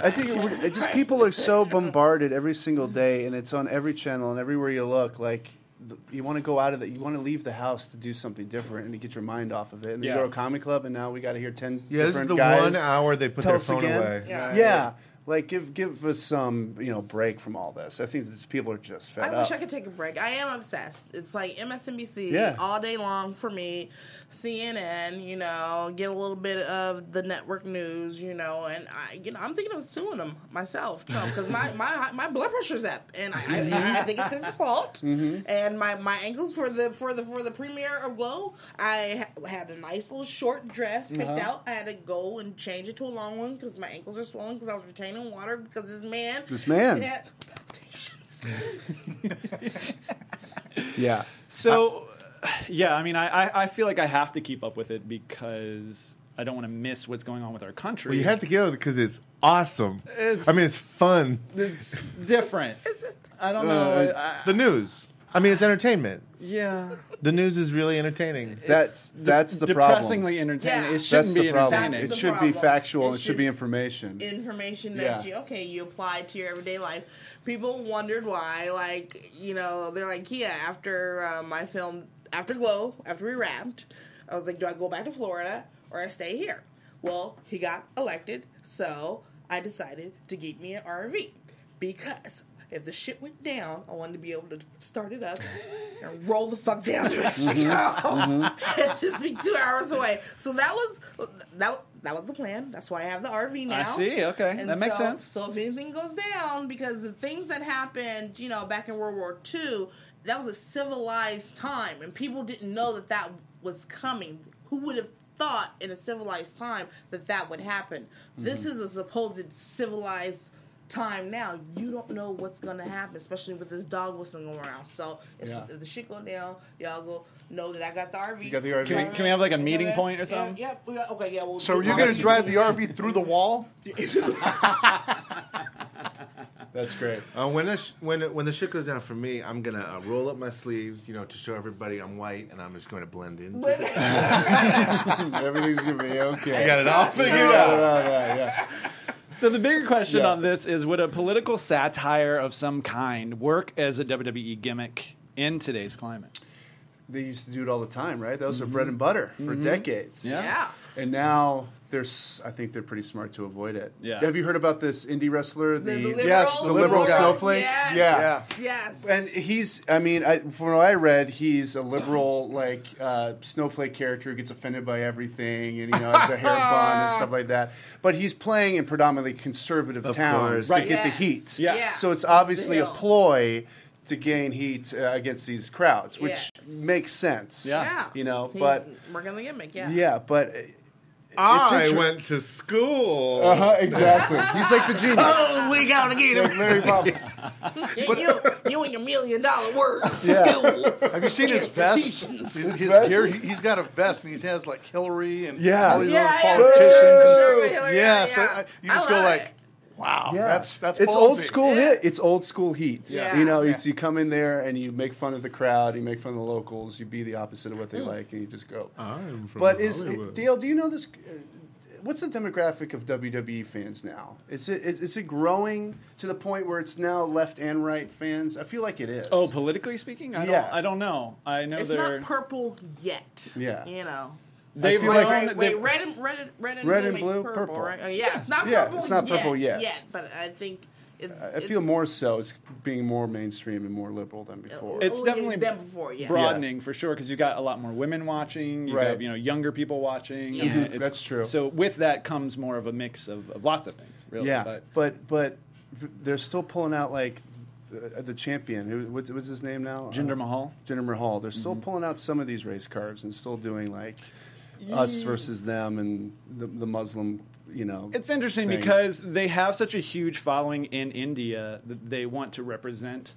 Speaker 5: I think it, would- it just people are so bombarded every single day, and it's on every channel and everywhere you look. Like th- you want to go out of that, you want to leave the house to do something different and to get your mind off of it. And then
Speaker 3: Yeah.
Speaker 5: you go to a comedy club, and now we got to hear ten.
Speaker 6: Yeah, this is
Speaker 5: different
Speaker 6: the
Speaker 5: guys
Speaker 6: one hour they put
Speaker 5: tell
Speaker 6: their
Speaker 5: us
Speaker 6: phone
Speaker 5: again.
Speaker 6: away.
Speaker 4: Yeah.
Speaker 5: Yeah, like give give us some you know break from all this. I think that these people are just fed
Speaker 4: I
Speaker 5: up.
Speaker 4: wish I could take a break. I am obsessed. It's like MSNBC
Speaker 5: Yeah.
Speaker 4: all day long for me. CNN, you know, get a little bit of the network news, you know, and I, you know, I'm thinking of suing them myself because my, my my blood pressure's up, and I,
Speaker 5: [laughs]
Speaker 4: I, I think it's his fault.
Speaker 5: Mm-hmm.
Speaker 4: And my my ankles for the for the for the premiere of Glow, I ha- had a nice little short dress picked
Speaker 5: Uh-huh.
Speaker 4: out. I had to go and change it to a long one because my ankles are swollen because I was retaining water because this man,
Speaker 5: This man.
Speaker 4: had palpitations.
Speaker 5: yeah,
Speaker 3: so [sighs] yeah. I mean, I, I I feel like I have to keep up with it because I don't want to miss what's going on with our country.
Speaker 6: Well, you have to go because it's awesome.
Speaker 3: It's-
Speaker 6: I mean, it's fun.
Speaker 3: [laughs] It's different. Is it? I
Speaker 5: Uh,
Speaker 3: don't know. I- I-
Speaker 6: The news. I mean, it's entertainment.
Speaker 3: yeah,
Speaker 6: The news is really entertaining.
Speaker 5: that's that's the problem.
Speaker 3: depressingly entertaining.
Speaker 4: Yeah.
Speaker 3: It shouldn't
Speaker 5: That's
Speaker 3: be
Speaker 5: the problem.
Speaker 3: entertaining.
Speaker 5: It
Speaker 4: That's the
Speaker 5: should
Speaker 4: problem.
Speaker 5: be factual.
Speaker 4: It
Speaker 5: It, should be
Speaker 4: should-
Speaker 5: information.
Speaker 4: information that
Speaker 5: Yeah.
Speaker 4: you okay you apply to your everyday life people wondered why like you know they're like yeah after uh, my film after glow after we wrapped i was like do i go back to florida or i stay here well he got elected so i decided to get me an rv because if the shit went down, I wanted to be able to start it up and roll the fuck down to Mexico. [laughs] it's just be two hours away. So that was that. That was the plan. That's why I have the RV now.
Speaker 3: see. Okay. That makes
Speaker 4: so-
Speaker 3: sense.
Speaker 4: So if anything goes down, because the things that happened, you know, back in World War II, that was a civilized time, and people didn't know that that was coming. Who would have thought in a civilized time that that would happen? This
Speaker 3: Mm-hmm.
Speaker 4: is a supposed civilized time now. You don't know what's going to happen, especially with this dog whistling around. So it's,
Speaker 5: Yeah.
Speaker 4: if the shit go down, y'all go know that I got the RV. You
Speaker 5: got the RV.
Speaker 3: Can we- can we have, like, a meeting point or something?
Speaker 4: Yep. we got- okay. Yeah. Well,
Speaker 7: So you're going to
Speaker 4: [laughs]
Speaker 7: drive the RV through the wall?
Speaker 5: that's great.
Speaker 6: Uh, when the sh- when it- when the shit goes down for me, I'm gonna uh, roll up my sleeves, you know, to show everybody I'm white, and I'm just going to blend in.
Speaker 5: [laughs] Everything's gonna be okay.
Speaker 6: I got it all figured out.
Speaker 3: So the bigger question
Speaker 5: Yeah.
Speaker 3: on this is: Would a political satire of some kind work as a WWE gimmick in today's climate?
Speaker 5: they used to do it all the time, right? That was their bread and butter for decades.
Speaker 3: Yeah.
Speaker 4: Yeah.
Speaker 5: And now there's, I think they're pretty smart to avoid it.
Speaker 3: Yeah.
Speaker 5: Have you heard about this indie wrestler? The,
Speaker 4: yes,
Speaker 5: the liberal snowflake.
Speaker 4: Yes,
Speaker 5: Yeah.
Speaker 4: Yes.
Speaker 5: And he's, I mean, I, from what I read, he's a liberal, like, uh, snowflake character who gets offended by everything and, you know, has a hair bun and stuff like that. But he's playing in predominantly conservative
Speaker 6: course.
Speaker 5: towns to
Speaker 6: Right.
Speaker 5: get the
Speaker 4: Yes.
Speaker 5: heat.
Speaker 3: Yeah.
Speaker 4: Yeah.
Speaker 5: So it's obviously a
Speaker 4: Still.
Speaker 5: ploy to gain heat uh, against these crowds, which
Speaker 4: Yes.
Speaker 5: makes sense.
Speaker 3: Yeah.
Speaker 5: You know,
Speaker 4: He's
Speaker 5: but
Speaker 4: working the gimmick. Yeah.
Speaker 5: yeah, but
Speaker 6: I
Speaker 5: inter-
Speaker 6: went to school.
Speaker 5: uh-huh, exactly. He's like the genius.
Speaker 4: Oh, we gotta get
Speaker 5: Like Larry Bob.
Speaker 4: you, you and your million dollar words.
Speaker 5: [laughs] Yeah.
Speaker 4: School.
Speaker 7: Have you seen his vest?
Speaker 4: Institutions.
Speaker 7: His, his
Speaker 5: vest?
Speaker 7: gear, he- he's got a vest and he has like Hillary and
Speaker 5: Yeah.
Speaker 7: all these
Speaker 4: Yeah,
Speaker 7: other
Speaker 4: yeah,
Speaker 7: politicians.
Speaker 4: sure, sure,
Speaker 7: yeah,
Speaker 4: Hillary, yeah,
Speaker 7: so
Speaker 4: yeah.
Speaker 7: I, you
Speaker 4: I
Speaker 7: just go
Speaker 4: love
Speaker 7: like,
Speaker 4: it.
Speaker 7: wow,
Speaker 5: Yeah,
Speaker 7: Oh, that's that's
Speaker 5: it's old
Speaker 7: ballsy.
Speaker 5: school
Speaker 4: Yeah.
Speaker 5: hit. It's old school heat.
Speaker 4: Yeah.
Speaker 5: You know, you,
Speaker 7: Yeah.
Speaker 5: you come in there and you make fun of the crowd, you make fun of the locals, you be the opposite of what they like, and you just go.
Speaker 6: I'm from
Speaker 5: But is
Speaker 6: Hollywood.
Speaker 5: Dale? Do you know this? uh, What's the demographic of WWE fans now? Is it is it growing to the point where it's now left and right fans? I feel like it is.
Speaker 3: Oh, politically speaking, I
Speaker 5: Yeah.
Speaker 3: don't. I don't know. I know
Speaker 4: It's
Speaker 3: they're
Speaker 4: not purple yet.
Speaker 5: Yeah.
Speaker 4: You know.
Speaker 3: they've
Speaker 5: I feel like-
Speaker 3: grown-
Speaker 4: Wait,
Speaker 3: they've-
Speaker 4: wait, red and red, and- red and
Speaker 5: Red
Speaker 4: blue
Speaker 5: and
Speaker 4: make
Speaker 5: blue,
Speaker 4: purple,
Speaker 5: purple.
Speaker 4: right? Oh, yeah, it's not
Speaker 5: Yeah,
Speaker 4: purple.
Speaker 5: it's not purple
Speaker 4: yet.
Speaker 5: yet. Uh,
Speaker 4: but I think it's.
Speaker 5: I feel more so. It's being more mainstream and more liberal than before.
Speaker 3: It's definitely
Speaker 4: been Oh, before. Yeah.
Speaker 3: broadening for sure because you got a lot more women watching. You
Speaker 5: Right.
Speaker 3: have you know younger people watching.
Speaker 4: Yeah.
Speaker 3: uh,
Speaker 4: Mhm,
Speaker 3: it's-
Speaker 5: that's true.
Speaker 3: So with that comes more of a mix of, of lots of things. Really,
Speaker 5: yeah,
Speaker 3: But
Speaker 5: but but, v- they're still pulling out like the, the champion. Who what's, what's his name now?
Speaker 3: Jinder
Speaker 5: Uh,
Speaker 3: Mahal. Mm-hmm.
Speaker 5: Jinder Mahal. They're still pulling out some of these race cards and still doing like us versus them and the, the Muslim. You know,
Speaker 3: It's interesting
Speaker 5: thing.
Speaker 3: because they have such a huge following in India that they want to represent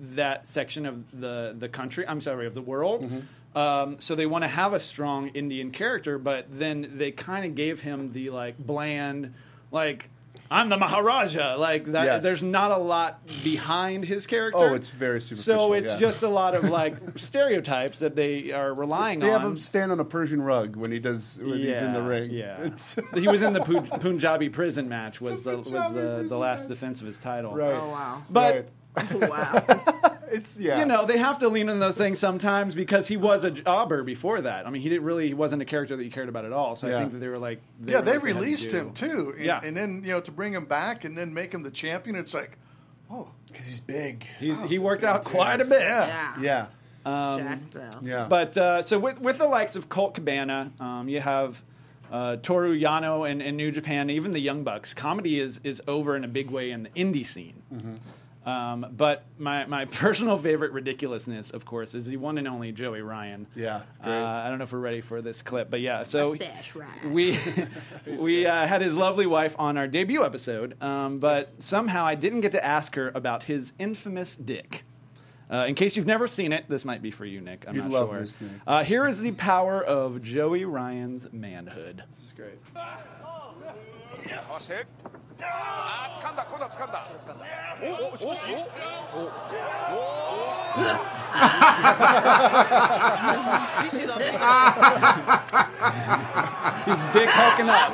Speaker 3: that section of the, the country. I'm sorry, of the world.
Speaker 5: Mm-hmm.
Speaker 3: Um, so they want to have a strong Indian character, but then they kind of gave him the like bland, like I'm the Maharaja. Like that,
Speaker 5: Yes.
Speaker 3: there's not a lot behind his character.
Speaker 5: Oh, it's very superficial,
Speaker 3: So it's
Speaker 5: yeah.
Speaker 3: just a lot of
Speaker 5: [laughs]
Speaker 3: like stereotypes that they are relying
Speaker 5: They
Speaker 3: on.
Speaker 5: have him stand on a Persian rug when he does when he's in the ring.
Speaker 3: Yeah, [laughs]
Speaker 5: [laughs] It's-
Speaker 3: he was in the Pu- Punjabi prison match. Was the, was
Speaker 5: Punjabi
Speaker 3: the, the
Speaker 5: prison
Speaker 3: last
Speaker 5: match.
Speaker 3: defense of his title.
Speaker 5: right.
Speaker 4: Oh wow. [laughs]
Speaker 3: But
Speaker 5: Right.
Speaker 4: Wow.
Speaker 5: It's yeah.
Speaker 3: you know they have to lean on those things sometimes because he was a jobber before that. I mean, he didn't really he wasn't a character that you cared about at all. So I
Speaker 5: Yeah.
Speaker 3: think that they were like,
Speaker 7: yeah, they
Speaker 3: realized had to
Speaker 7: released
Speaker 3: do-
Speaker 7: him too. And,
Speaker 3: Yeah.
Speaker 7: and then you know to bring him back and then make him the champion, it's like, oh,
Speaker 5: because he's big.
Speaker 3: He's, he worked out quite a bit.
Speaker 4: Yeah.
Speaker 5: Oh, Yeah.
Speaker 4: Jacked out.
Speaker 5: Yeah.
Speaker 3: But uh, so with with the likes of Colt Cabana, um, you have uh, Toru Yano and, and New Japan, even the Young Bucks. Comedy is is over in a big way in the indie scene.
Speaker 5: Mm-hmm.
Speaker 3: Um, but my, my [laughs] personal favorite ridiculousness, of course, is the one and only Joey Ryan.
Speaker 5: Yeah,
Speaker 3: Uh,
Speaker 5: great.
Speaker 3: I don't know if we're ready for this clip, but yeah. So
Speaker 4: Mustache Ryan.
Speaker 5: [laughs]
Speaker 3: we [laughs] we uh, had his lovely wife on our debut episode, um, but somehow I didn't get to ask her about his infamous dick. Uh, in case you've never seen it, this might be for you, Nick. I'm
Speaker 5: You'd
Speaker 3: not
Speaker 5: love
Speaker 3: sure.
Speaker 5: this, Nick.
Speaker 3: Uh, here is the power of Joey Ryan's manhood.
Speaker 5: This is great.
Speaker 3: His dick hooking
Speaker 5: [laughs]
Speaker 3: up.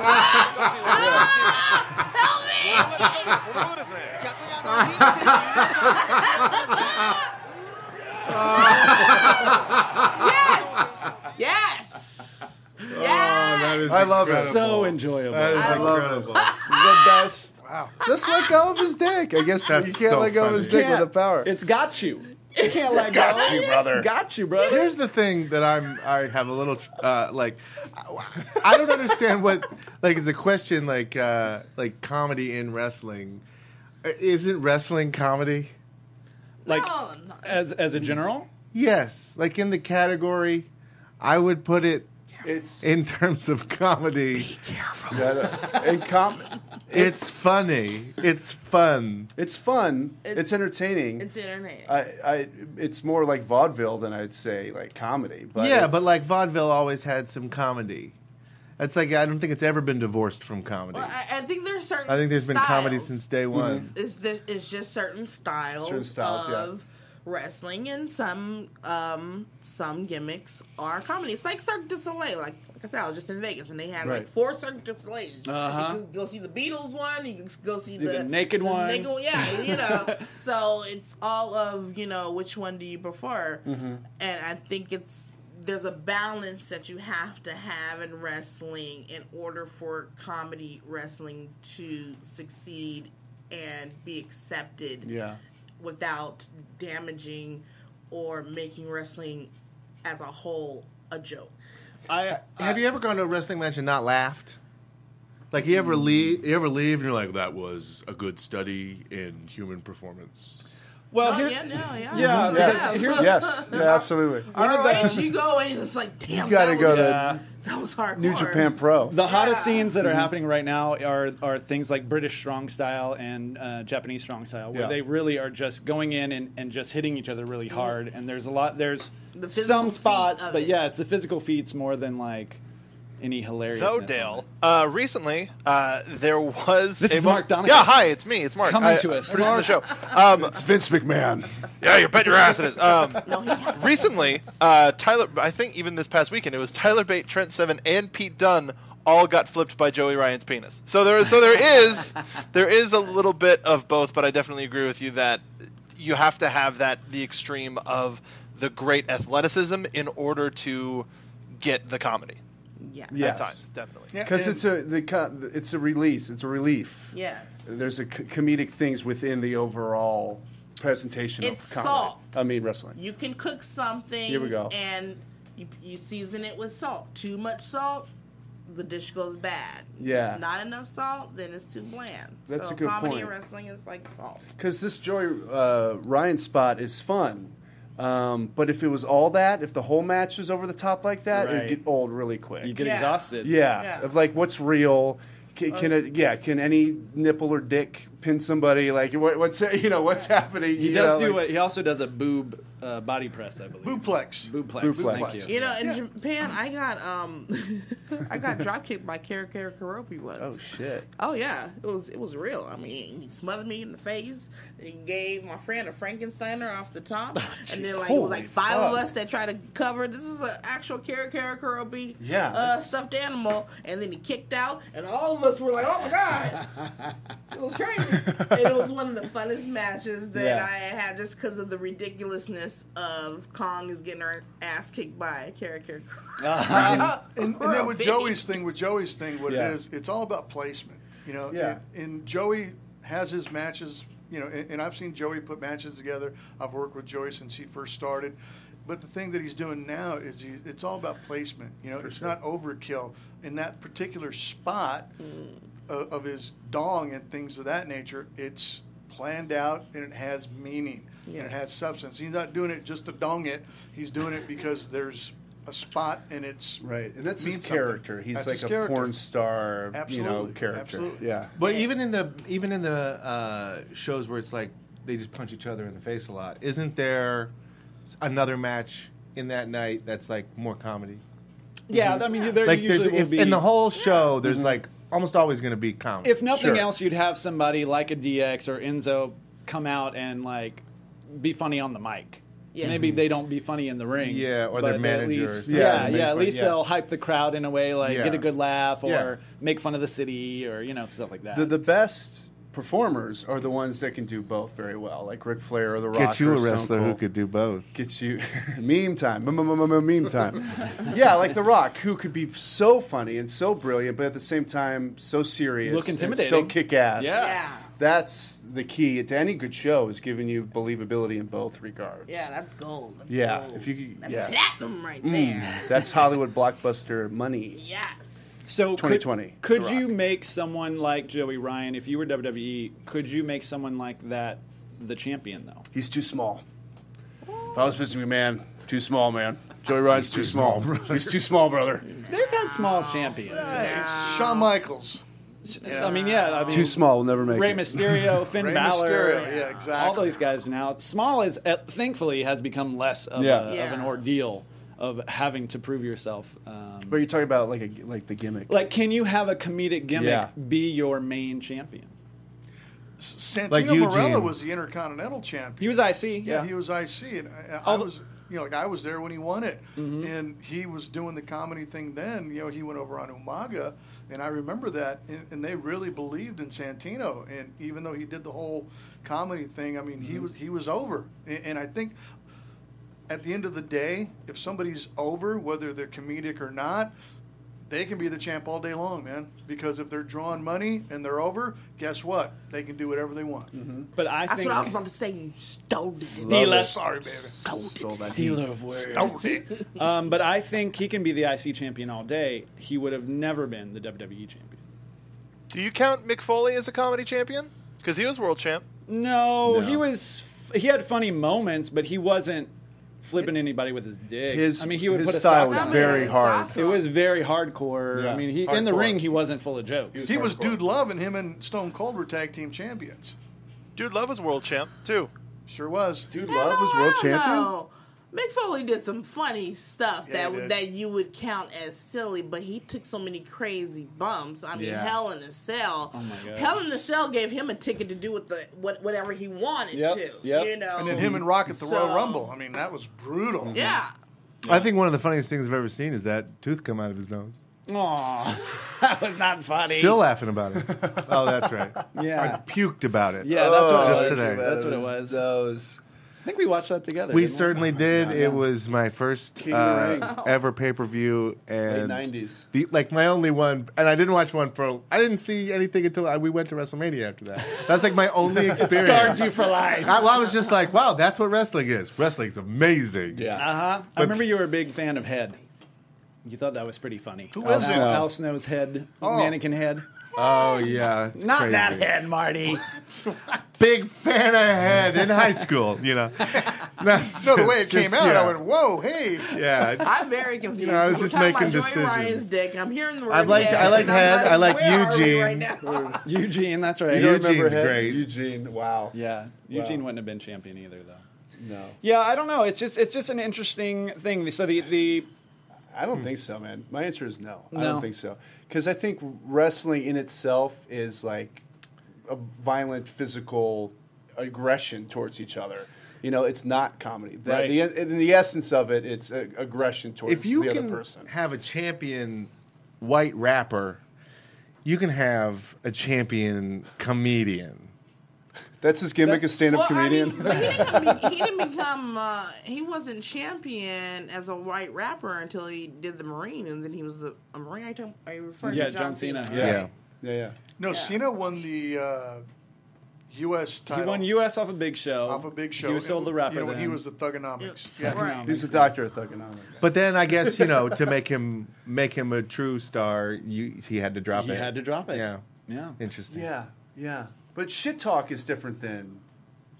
Speaker 4: Yes.
Speaker 5: [laughs]
Speaker 4: Yes. Yes.
Speaker 5: Oh,
Speaker 6: That is
Speaker 5: I love it.
Speaker 6: incredible.
Speaker 3: So enjoyable.
Speaker 6: That is
Speaker 5: I love it.
Speaker 6: incredible.
Speaker 3: the best.
Speaker 5: Just let go of his dick. I guess
Speaker 6: That's
Speaker 5: you can't
Speaker 6: so
Speaker 5: let go of his
Speaker 6: funny.
Speaker 5: dick with a power.
Speaker 3: It's got you.
Speaker 6: [laughs]
Speaker 3: You can't let
Speaker 6: got
Speaker 3: go.
Speaker 6: you, brother.
Speaker 3: It's got you, brother.
Speaker 6: Here's the thing that I'm I have a little uh, like I- I don't understand what like the question like uh, like comedy in wrestling Uh, isn't wrestling comedy?
Speaker 3: like
Speaker 4: Oh, no.
Speaker 3: as as a general.
Speaker 6: Yes, like in the category, I would put it
Speaker 5: it's [laughs]
Speaker 6: in terms of comedy.
Speaker 5: and com-
Speaker 6: It's funny. It's fun.
Speaker 5: it's fun. It's entertaining.
Speaker 4: It's entertaining.
Speaker 5: I, I it's more like vaudeville than I'd say like comedy. But
Speaker 6: yeah,
Speaker 5: it's-
Speaker 6: but like vaudeville always had some comedy. It's like I don't think it's ever been divorced from comedy.
Speaker 4: Well, I, I think there's certain.
Speaker 6: I think there's been comedy
Speaker 4: styles.
Speaker 6: since day one.
Speaker 4: It's, this, it's just certain styles,
Speaker 5: Certain styles, yeah.
Speaker 4: of wrestling, and some um, some gimmicks are comedy. It's like Cirque du Soleil. Like, like I said, I was just in Vegas, and they had like
Speaker 5: Right.
Speaker 4: four Cirque du Soleils.
Speaker 3: Uh-huh.
Speaker 4: You can go see the Beatles one. You can go see,
Speaker 3: the naked one.
Speaker 4: naked Yeah, you know. so it's all of you know which one do you prefer, and I think it's. There's a balance that you have to have in wrestling in order for comedy wrestling to succeed and be accepted
Speaker 5: yeah,
Speaker 4: without damaging or making wrestling as a whole a joke.
Speaker 3: I
Speaker 6: Have you ever gone to a wrestling match and not laughed? Like you ever leave, you ever leave, and you're like, "That was a good study in human performance."
Speaker 3: well
Speaker 4: Oh,
Speaker 3: here.
Speaker 4: yeah, no, yeah.
Speaker 3: Yeah, because here's
Speaker 5: [laughs] yes, yeah, absolutely.
Speaker 4: All right, you go in, it's like, damn,
Speaker 5: You gotta
Speaker 4: that,
Speaker 5: go
Speaker 4: was,
Speaker 5: to
Speaker 3: Yeah.
Speaker 4: [laughs] that was hardcore.
Speaker 5: New Japan Pro.
Speaker 3: The hottest scenes that are happening right now are are things like British strong style and uh, Japanese strong style, where
Speaker 5: Yeah.
Speaker 3: they really are just going in and, and just hitting each other really hard. And there's a lot there's
Speaker 4: Mm-hmm. The physical
Speaker 3: some
Speaker 4: feat
Speaker 3: spots,
Speaker 4: of
Speaker 3: but
Speaker 4: it.
Speaker 3: yeah, it's the physical feats more than like any hilarious.
Speaker 10: So Dale, uh, recently uh, there was
Speaker 3: This
Speaker 10: a
Speaker 3: is
Speaker 10: mo-
Speaker 3: Mark Donegan.
Speaker 10: Yeah, hi, it's me. It's Mark
Speaker 3: Coming
Speaker 10: I-
Speaker 3: to us.
Speaker 10: I produce the show. Um,
Speaker 5: It's Vince McMahon.
Speaker 10: yeah, you bet your
Speaker 3: [laughs]
Speaker 10: ass it is. Um,
Speaker 4: No, he hasn't.
Speaker 10: recently, uh, Tyler, I think even this past weekend, it was Tyler Bate, Trent Seven, and Pete Dunn all got flipped by Joey Ryan's penis. So there, so
Speaker 3: [laughs]
Speaker 10: there is, there is a little bit of both. But I definitely agree with you that you have to have that the extreme of the great athleticism in order to get the comedy.
Speaker 4: Yeah.
Speaker 5: Yes.
Speaker 10: At times, definitely.
Speaker 5: Because it's a the co- it's a release. It's a relief.
Speaker 4: Yes.
Speaker 5: There's a c- comedic things within the overall presentation
Speaker 4: It's
Speaker 5: of comedy.
Speaker 4: salt.
Speaker 5: I mean wrestling.
Speaker 4: You can cook something.
Speaker 5: Here we go.
Speaker 4: And you, you season it with salt. Too much salt, the dish goes bad.
Speaker 5: Yeah.
Speaker 4: Not enough salt, then it's too bland.
Speaker 5: That's
Speaker 4: so
Speaker 5: a good
Speaker 4: comedy
Speaker 5: point.
Speaker 4: and wrestling is like salt.
Speaker 5: because this Joy uh, Ryan spot is fun. Um, but if it was all that, if the whole match was over the top like that,
Speaker 3: Right.
Speaker 5: it'd get old really quick.
Speaker 3: You get
Speaker 4: Yeah.
Speaker 3: exhausted.
Speaker 5: yeah,
Speaker 4: Yeah.
Speaker 5: of like what's real. Can, can it, yeah, can any nipple or dick pin somebody. Like what, what's you know what's happening?
Speaker 3: He
Speaker 5: you
Speaker 3: does do
Speaker 5: know, like-
Speaker 3: what he also does a boob uh, body press, I believe.
Speaker 7: Booplex.
Speaker 3: Booplex.
Speaker 5: Booplex.
Speaker 3: Thank you.
Speaker 4: You know, in Japan, I got um, [laughs] I got dropkicked by Kara Kara Karopi once.
Speaker 5: Oh shit!
Speaker 4: Oh yeah, it was it was real. I mean, he smothered me in the face. He gave my friend a Frankensteiner off the
Speaker 7: [laughs]
Speaker 4: top, and then like it was like five of
Speaker 5: fuck.
Speaker 4: us that tried to cover. This is an actual Kara Kara Kurobi,
Speaker 5: Yeah,
Speaker 4: uh,
Speaker 5: that's-
Speaker 4: stuffed animal, and then he kicked out, and all of us were like, "Oh my god, it was
Speaker 7: [laughs]
Speaker 4: crazy!" and it was one of the funnest matches that
Speaker 3: Yeah.
Speaker 4: I had just because of the ridiculousness of Kong is getting her ass kicked by Kara Kara.
Speaker 7: [laughs]
Speaker 4: Kurobi. [laughs]
Speaker 7: and, and then with Joey's thing, with Joey's thing, what
Speaker 3: Yeah.
Speaker 7: it is, it's all about placement. You know,
Speaker 5: Yeah.
Speaker 7: and, and Joey has his matches. You know, and, and I've seen Joey put matches together. I've worked with Joey since he first started. But the thing that he's doing now is he, it's all about placement. You know, it's not overkill in that particular spot of, of his dong and things of that nature. It's planned out and it has meaning. And it
Speaker 4: Yes.
Speaker 7: has substance. He's not doing it just to dong it. He's doing it because there's a spot and it's
Speaker 5: Right, and that's
Speaker 7: means
Speaker 5: his
Speaker 7: something.
Speaker 5: character. He's
Speaker 7: That's
Speaker 5: like
Speaker 7: his
Speaker 5: a
Speaker 7: character.
Speaker 5: porn star, you know,
Speaker 7: Absolutely,
Speaker 5: character.
Speaker 7: absolutely.
Speaker 5: Yeah,
Speaker 6: But even in the even in the uh, shows where it's like they just punch each other in the face a lot, isn't there s- another match in that night that's like more comedy?
Speaker 3: Yeah, I mean, there
Speaker 6: Like there's
Speaker 3: usually will
Speaker 6: if,
Speaker 3: be
Speaker 6: in the whole show, there's
Speaker 5: Mm-hmm.
Speaker 6: like almost always going to be comedy.
Speaker 3: if nothing
Speaker 5: Sure.
Speaker 3: else, you'd have somebody like a DX or Enzo come out and like be funny on the mic.
Speaker 4: Yeah.
Speaker 3: Maybe they don't be funny in the ring.
Speaker 6: Yeah, or
Speaker 3: but
Speaker 6: their
Speaker 3: at
Speaker 6: manager or
Speaker 3: least-
Speaker 6: something.
Speaker 5: Yeah,
Speaker 3: yeah,
Speaker 5: their
Speaker 3: yeah,
Speaker 5: manager,
Speaker 3: At least
Speaker 5: yeah.
Speaker 3: they'll hype the crowd in a way, like
Speaker 6: Yeah.
Speaker 3: get a good laugh or
Speaker 6: Yeah.
Speaker 3: make fun of the city or you know stuff like that.
Speaker 5: the the best performers are the ones that can do both very well, like Ric Flair or The Rock.
Speaker 6: get you
Speaker 5: or
Speaker 6: a
Speaker 5: Stone
Speaker 6: wrestler who
Speaker 5: Cold.
Speaker 6: could do both.
Speaker 5: Get you [laughs] meme time, M- m- m- m- meme [laughs] time. Yeah, like The Rock, who could be so funny and so brilliant, but at the same time so serious,
Speaker 3: Look
Speaker 5: and so
Speaker 3: intimidating.
Speaker 5: kick ass.
Speaker 3: Yeah.
Speaker 4: Yeah.
Speaker 5: that's the key to any good show is giving you believability in both regards.
Speaker 4: Yeah, that's gold. That's
Speaker 5: Yeah,
Speaker 4: gold.
Speaker 5: if you-
Speaker 4: that's
Speaker 5: yeah.
Speaker 4: platinum right there.
Speaker 5: that's Hollywood blockbuster money.
Speaker 4: Yes.
Speaker 3: so could-
Speaker 5: 2020,
Speaker 3: Could,
Speaker 5: The
Speaker 3: you
Speaker 5: Rock.
Speaker 3: make someone like Joey Ryan, if you were WWE, could you make someone like that the champion though?
Speaker 5: He's too small. If I was Vince McMahon, too small, man. Joey Ryan's too small. He's too small, brother.
Speaker 3: They've had small champions.
Speaker 7: Shawn Michaels.
Speaker 3: I mean, yeah, I mean,
Speaker 5: Too small, will never make
Speaker 3: Rey
Speaker 5: it.
Speaker 3: Mysterio, Finn
Speaker 7: Rey
Speaker 3: Balor,
Speaker 7: Mysterio, yeah, exactly.
Speaker 3: all those guys now. Small is uh, thankfully has become less of,
Speaker 5: Yeah.
Speaker 3: a- of
Speaker 4: Yeah.
Speaker 3: an ordeal of having to prove yourself. Um,
Speaker 5: But you're talking about like a, like the gimmick.
Speaker 3: like, can you have a comedic gimmick
Speaker 5: Yeah.
Speaker 3: be your main champion?
Speaker 7: S- Santino
Speaker 6: Like
Speaker 7: Morella
Speaker 6: Eugene.
Speaker 7: was the Intercontinental Champion.
Speaker 3: He was IC, yeah.
Speaker 7: Yeah, he was IC, and I, I
Speaker 3: Although- Mm-hmm.
Speaker 7: was, you know, like I was there when he won it, and he was doing the comedy thing then. You know, he went over on Umaga, and I remember that, and, and they really believed in Santino, and even though he did the whole comedy thing, I mean,
Speaker 3: Mm-hmm.
Speaker 7: he was he was over, and, and I think. At the end of the day, if somebody's over, whether they're comedic or not, they can be the champ all day long, man. Because if they're drawing money and they're over, guess what? They can do whatever they want.
Speaker 3: but I
Speaker 4: That's
Speaker 3: think
Speaker 4: what I was about to say. You stole it.
Speaker 3: Dealer.
Speaker 7: Sorry, baby.
Speaker 3: Dealer of words. [laughs] um, but I think he can be the IC champion all day. He would have never been the WWE champion.
Speaker 10: Do you count Mick Foley as a comedy champion? Because he was world champ.
Speaker 3: No,
Speaker 5: No.
Speaker 3: he was. f- He had funny moments, but he wasn't flipping anybody with his dick.
Speaker 5: His
Speaker 3: I mean, he would
Speaker 5: his
Speaker 3: put a
Speaker 5: style
Speaker 3: sock
Speaker 5: was
Speaker 3: on.
Speaker 5: very
Speaker 4: Yeah,
Speaker 5: hard.
Speaker 4: sock.
Speaker 3: It was very hardcore.
Speaker 5: Yeah,
Speaker 3: I mean, he, in the
Speaker 5: hardcore.
Speaker 3: ring, he wasn't full of jokes.
Speaker 7: He was
Speaker 5: Hardcore.
Speaker 7: Dude Love, and him and Stone Cold were tag team champions.
Speaker 10: Dude Love was world champ too.
Speaker 7: Sure was.
Speaker 5: Dude
Speaker 4: Hell
Speaker 5: Love
Speaker 4: no,
Speaker 5: was world
Speaker 4: I don't
Speaker 5: champion.
Speaker 4: know. Mick Foley did some funny stuff that
Speaker 7: Yeah, he
Speaker 4: that
Speaker 7: did.
Speaker 4: that you would count as silly, but he took so many crazy bumps. I mean,
Speaker 5: Yeah.
Speaker 4: Hell in a Cell. Oh
Speaker 3: my gosh.
Speaker 4: Hell in a Cell gave him a ticket to do with the what whatever he wanted
Speaker 3: Yep,
Speaker 4: to.
Speaker 3: yep.
Speaker 4: You know,
Speaker 7: And then him and Rock at the Royal
Speaker 4: So-
Speaker 7: Rumble. I mean, that was brutal.
Speaker 4: yeah.
Speaker 6: I think one of the funniest things I've ever seen is that tooth come out of his nose.
Speaker 3: Aw, [laughs] that was not funny.
Speaker 6: Still laughing about
Speaker 5: [laughs]
Speaker 6: it. oh, that's right.
Speaker 3: yeah,
Speaker 6: Puked about it. Oh,
Speaker 3: yeah. That's what
Speaker 6: just
Speaker 3: it was.
Speaker 6: today.
Speaker 3: That's what it was.
Speaker 5: Those.
Speaker 3: I think we watched that together.
Speaker 6: We
Speaker 3: didn't
Speaker 6: certainly did. It was my first
Speaker 5: of the Ring.
Speaker 6: uh, ever pay per view, and
Speaker 5: 90s.
Speaker 6: the- like my only one. And I didn't watch one for. I didn't see anything until I, we went to WrestleMania. After that, that's like my
Speaker 3: [laughs]
Speaker 6: only
Speaker 3: We? scarred
Speaker 6: experience.
Speaker 3: you for life.
Speaker 6: I, well, I was just like, wow, that's what wrestling is. Wrestling's amazing.
Speaker 5: Yeah.
Speaker 3: Uh huh. I remember you were a big fan of Head. You thought that was pretty funny. Who
Speaker 5: is
Speaker 3: Al,
Speaker 5: it?
Speaker 3: Al Snow's head, mannequin head.
Speaker 6: Oh yeah, it's
Speaker 3: Not
Speaker 6: crazy.
Speaker 3: that head, Marty.
Speaker 6: Big fan of head in high school. You
Speaker 8: [laughs]
Speaker 6: know, no,
Speaker 8: No, the way it
Speaker 6: it's
Speaker 8: came
Speaker 6: just,
Speaker 8: out,
Speaker 6: yeah.
Speaker 8: I went, "Whoa, hey!" [laughs]
Speaker 6: Yeah,
Speaker 4: I'm very confused.
Speaker 6: No, I was
Speaker 4: We're
Speaker 6: just
Speaker 4: talking
Speaker 6: making
Speaker 4: about Joey
Speaker 6: decisions.
Speaker 4: Ryan's dick. I'm hearing the word
Speaker 6: I like-
Speaker 4: head,
Speaker 6: I like
Speaker 4: and I'm
Speaker 6: head, I like
Speaker 4: where are we
Speaker 6: Eugene.
Speaker 4: Right now?
Speaker 3: [laughs] Eugene, that's right.
Speaker 6: You don't
Speaker 5: Remember
Speaker 6: Eugene's
Speaker 5: him?
Speaker 6: great.
Speaker 5: Eugene, wow.
Speaker 3: Yeah, Eugene wouldn't have been champion either, though.
Speaker 5: No,
Speaker 3: Yeah, I don't know. It's just it's just an interesting thing. So the the
Speaker 5: I don't think so, man. My answer is no. I
Speaker 3: No.
Speaker 5: don't think so because I think wrestling in itself is like a violent physical aggression towards each other. You know, it's not comedy. The,
Speaker 3: Right.
Speaker 5: the, in the essence of it, it's a, aggression towards
Speaker 6: if you
Speaker 5: the
Speaker 6: can
Speaker 5: other person.
Speaker 6: have a champion white rapper, you can have a champion comedian.
Speaker 5: That's his gimmick, a
Speaker 3: That's-
Speaker 5: stand-up
Speaker 4: well, I
Speaker 5: comedian.
Speaker 4: mean, but he didn't, be, he didn't become. Uh, he wasn't champion as a white rapper until he did the Marine, and then he was the a Marine. Are you, talking- are you referring
Speaker 3: yeah
Speaker 4: to John,
Speaker 3: John Cena.
Speaker 5: yeah.
Speaker 6: Yeah.
Speaker 5: yeah, yeah,
Speaker 7: No, Cena won the uh, U.S.
Speaker 3: He
Speaker 7: title.
Speaker 3: won U.S. off a Big Show.
Speaker 7: off a big show.
Speaker 3: He was sold the rapper.
Speaker 7: You know, when
Speaker 3: then.
Speaker 7: he was the Thugonomics.
Speaker 4: Yeah.
Speaker 7: Yeah.
Speaker 4: Right.
Speaker 5: He's the doctor of thugonomics.
Speaker 6: But then I guess you know
Speaker 3: [laughs]
Speaker 6: to make him make him a true star, you he had to drop
Speaker 3: He
Speaker 6: it.
Speaker 3: had to drop it.
Speaker 6: Yeah,
Speaker 3: Yeah.
Speaker 6: interesting.
Speaker 5: Yeah, yeah. But shit talk is different than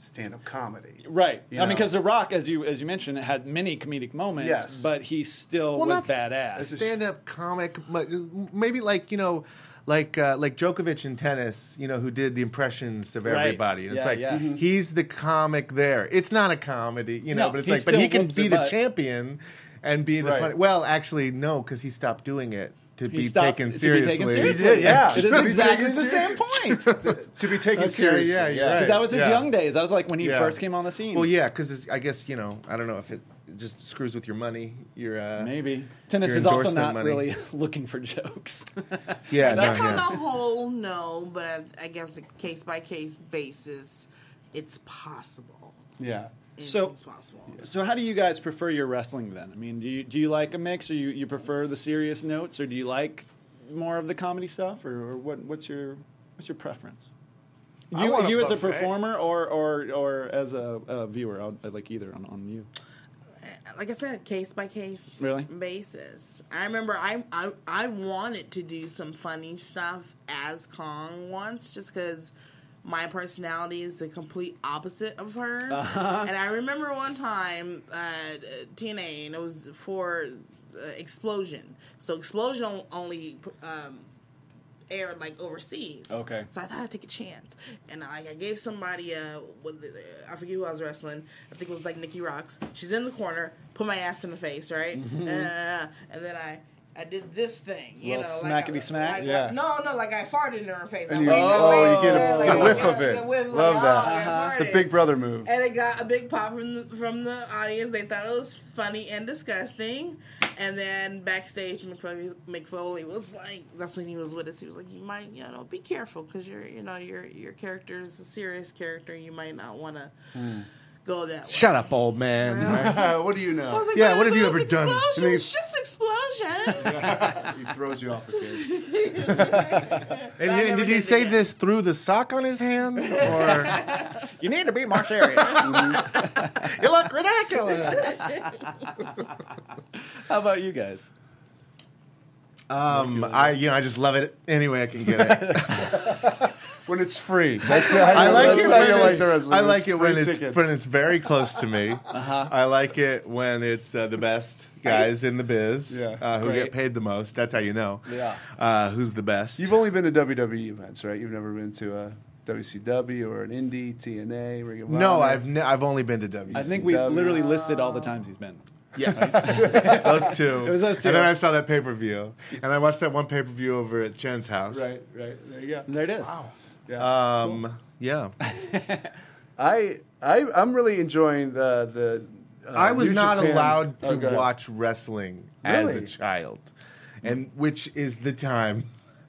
Speaker 5: stand-up comedy.
Speaker 3: Right.
Speaker 5: You
Speaker 3: I mean,
Speaker 5: know.
Speaker 3: because The Rock, as you as you mentioned, had many comedic moments,
Speaker 5: Yes.
Speaker 3: but he still was
Speaker 6: that's-
Speaker 3: badass.
Speaker 6: A stand-up comic, mu- maybe like you know, like uh, like Djokovic in tennis, you know, who did the impressions of
Speaker 3: Right.
Speaker 6: everybody. And
Speaker 3: Yeah,
Speaker 6: it's like
Speaker 3: yeah. Mhm.
Speaker 6: he's the comic there. It's not a comedy, you know,
Speaker 3: No,
Speaker 6: but it's
Speaker 3: he
Speaker 6: like, but he
Speaker 3: still
Speaker 6: can
Speaker 3: whoops
Speaker 6: be
Speaker 3: their
Speaker 6: the
Speaker 3: butt.
Speaker 6: champion and be the
Speaker 5: Right.
Speaker 6: funny. Well, actually, no, because he stopped doing it to
Speaker 3: He
Speaker 6: be
Speaker 3: stopped-
Speaker 6: taken
Speaker 3: to be taken
Speaker 6: seriously.
Speaker 3: seriously.
Speaker 5: did, yeah.
Speaker 3: It
Speaker 5: To be
Speaker 3: is
Speaker 5: taken
Speaker 3: exactly the same
Speaker 5: seriously.
Speaker 3: point.
Speaker 5: To be taken
Speaker 6: Okay,
Speaker 5: seriously.
Speaker 6: yeah, you're [laughs] right.
Speaker 3: that was his
Speaker 6: Yeah.
Speaker 3: young days. That was like when he
Speaker 6: Yeah.
Speaker 3: first came on the scene. [laughs]
Speaker 6: Well, yeah, because I guess you know, I don't know if it just screws with your money. Your uh,
Speaker 3: Maybe tennis
Speaker 6: Your
Speaker 3: is also
Speaker 6: endorsement
Speaker 3: not
Speaker 6: money.
Speaker 3: really [laughs] looking for jokes. [laughs]
Speaker 6: yeah, no,
Speaker 4: That's on
Speaker 6: yeah.
Speaker 4: the whole no, but I, I guess a case by case basis, it's possible.
Speaker 5: Yeah.
Speaker 3: So-
Speaker 4: Anything's possible.
Speaker 3: so, how do you guys prefer your wrestling then? I mean, do you do you like a mix, or you, you prefer the serious notes, or do you like more of the comedy stuff, or, or what what's your what's your preference?
Speaker 7: I
Speaker 3: You,
Speaker 7: want a
Speaker 3: you as a
Speaker 7: buffet.
Speaker 3: performer, or or or as a, a viewer, I'll, I'd like either on, on you.
Speaker 4: like I said, case by case
Speaker 3: Really?
Speaker 4: basis. I remember I I, I wanted to do some funny stuff as Kong once, just because my personality is the complete opposite of hers. And I remember one time uh, TNA, and it was for uh, Explosion. So Explosion only um, aired like overseas.
Speaker 5: Okay.
Speaker 4: So I thought I'd take a chance, and I, I gave somebody a what the- uh, I forget who I was wrestling. I think it was like Nikki Rocks. She's in the corner, put my ass in the face, right?
Speaker 5: Mm-hmm.
Speaker 4: Uh, and then I. I did this thing, you
Speaker 3: Little
Speaker 4: know, like,
Speaker 3: smackity
Speaker 4: I-
Speaker 3: smack?
Speaker 4: like-
Speaker 5: Yeah.
Speaker 4: No, no, like I farted in her face. I
Speaker 5: And you,
Speaker 4: went,
Speaker 5: oh, you get
Speaker 4: like,
Speaker 5: a,
Speaker 4: like,
Speaker 5: a whiff
Speaker 4: yeah,
Speaker 5: of it.
Speaker 4: the whiff, like,
Speaker 5: Love
Speaker 4: oh,
Speaker 5: that.
Speaker 4: I
Speaker 5: The
Speaker 4: farted.
Speaker 5: Big
Speaker 4: [laughs]
Speaker 5: Brother
Speaker 7: [laughs]
Speaker 5: move.
Speaker 4: And it got a big pop from the, from the audience. They thought it was funny and disgusting. And then backstage, McFoley, McFoley was like, "That's when he was with us. He was like, you might, you know, be careful because you're, you know, your your character is a serious character. You might not want to go that way."
Speaker 6: Hmm. Shut up, old man.
Speaker 5: what do you
Speaker 4: I was
Speaker 5: know?
Speaker 4: like,
Speaker 6: Yeah,
Speaker 4: "But
Speaker 6: what
Speaker 4: it
Speaker 6: have you
Speaker 4: was
Speaker 6: ever done?"
Speaker 4: explosion.
Speaker 6: And they-
Speaker 4: It's just explosion.
Speaker 3: [laughs]
Speaker 5: He throws you off a bit.
Speaker 6: And
Speaker 4: I
Speaker 6: then-
Speaker 4: never
Speaker 6: did he
Speaker 4: did
Speaker 6: say
Speaker 4: that.
Speaker 6: this through the sock on his hand, or
Speaker 4: [laughs]
Speaker 3: You need to be more serious. How
Speaker 6: you look ridiculous?
Speaker 3: about you guys?
Speaker 6: Um, I you know I just love it any way I can get it.
Speaker 5: When
Speaker 6: [laughs]
Speaker 5: it's free. That's how
Speaker 6: I like it
Speaker 5: that's how you
Speaker 6: when
Speaker 5: like
Speaker 6: it's,
Speaker 5: the wrestling.
Speaker 6: I like it
Speaker 5: free
Speaker 6: when it's
Speaker 5: tickets.
Speaker 6: when it's very close to me. I like it when it's uh, the best guys in the biz
Speaker 5: Yeah.
Speaker 6: uh, who
Speaker 3: Great.
Speaker 6: get paid the most. That's how you know
Speaker 3: Yeah.
Speaker 6: uh, who's the best.
Speaker 5: You've only been to WWE events, right? You've never been to a WCW or an indie, TNA, Ring of
Speaker 6: no,
Speaker 5: Honor?
Speaker 6: I've ne- I've only been to W.
Speaker 3: I think we
Speaker 5: W's.
Speaker 3: literally listed all the times he's been.
Speaker 6: Yes, [laughs] those two.
Speaker 3: It was those two.
Speaker 6: And then I saw that pay per view, and I watched that one pay per view over at Jen's house.
Speaker 5: Right, right. There you go.
Speaker 3: There it is.
Speaker 6: Um, Yeah,
Speaker 5: I, I, I'm really enjoying the. the uh,
Speaker 6: I was
Speaker 5: New
Speaker 6: not
Speaker 5: Japan-
Speaker 6: allowed to
Speaker 5: Oh, go ahead.
Speaker 6: watch wrestling as a
Speaker 5: Really?
Speaker 6: child, and which is the time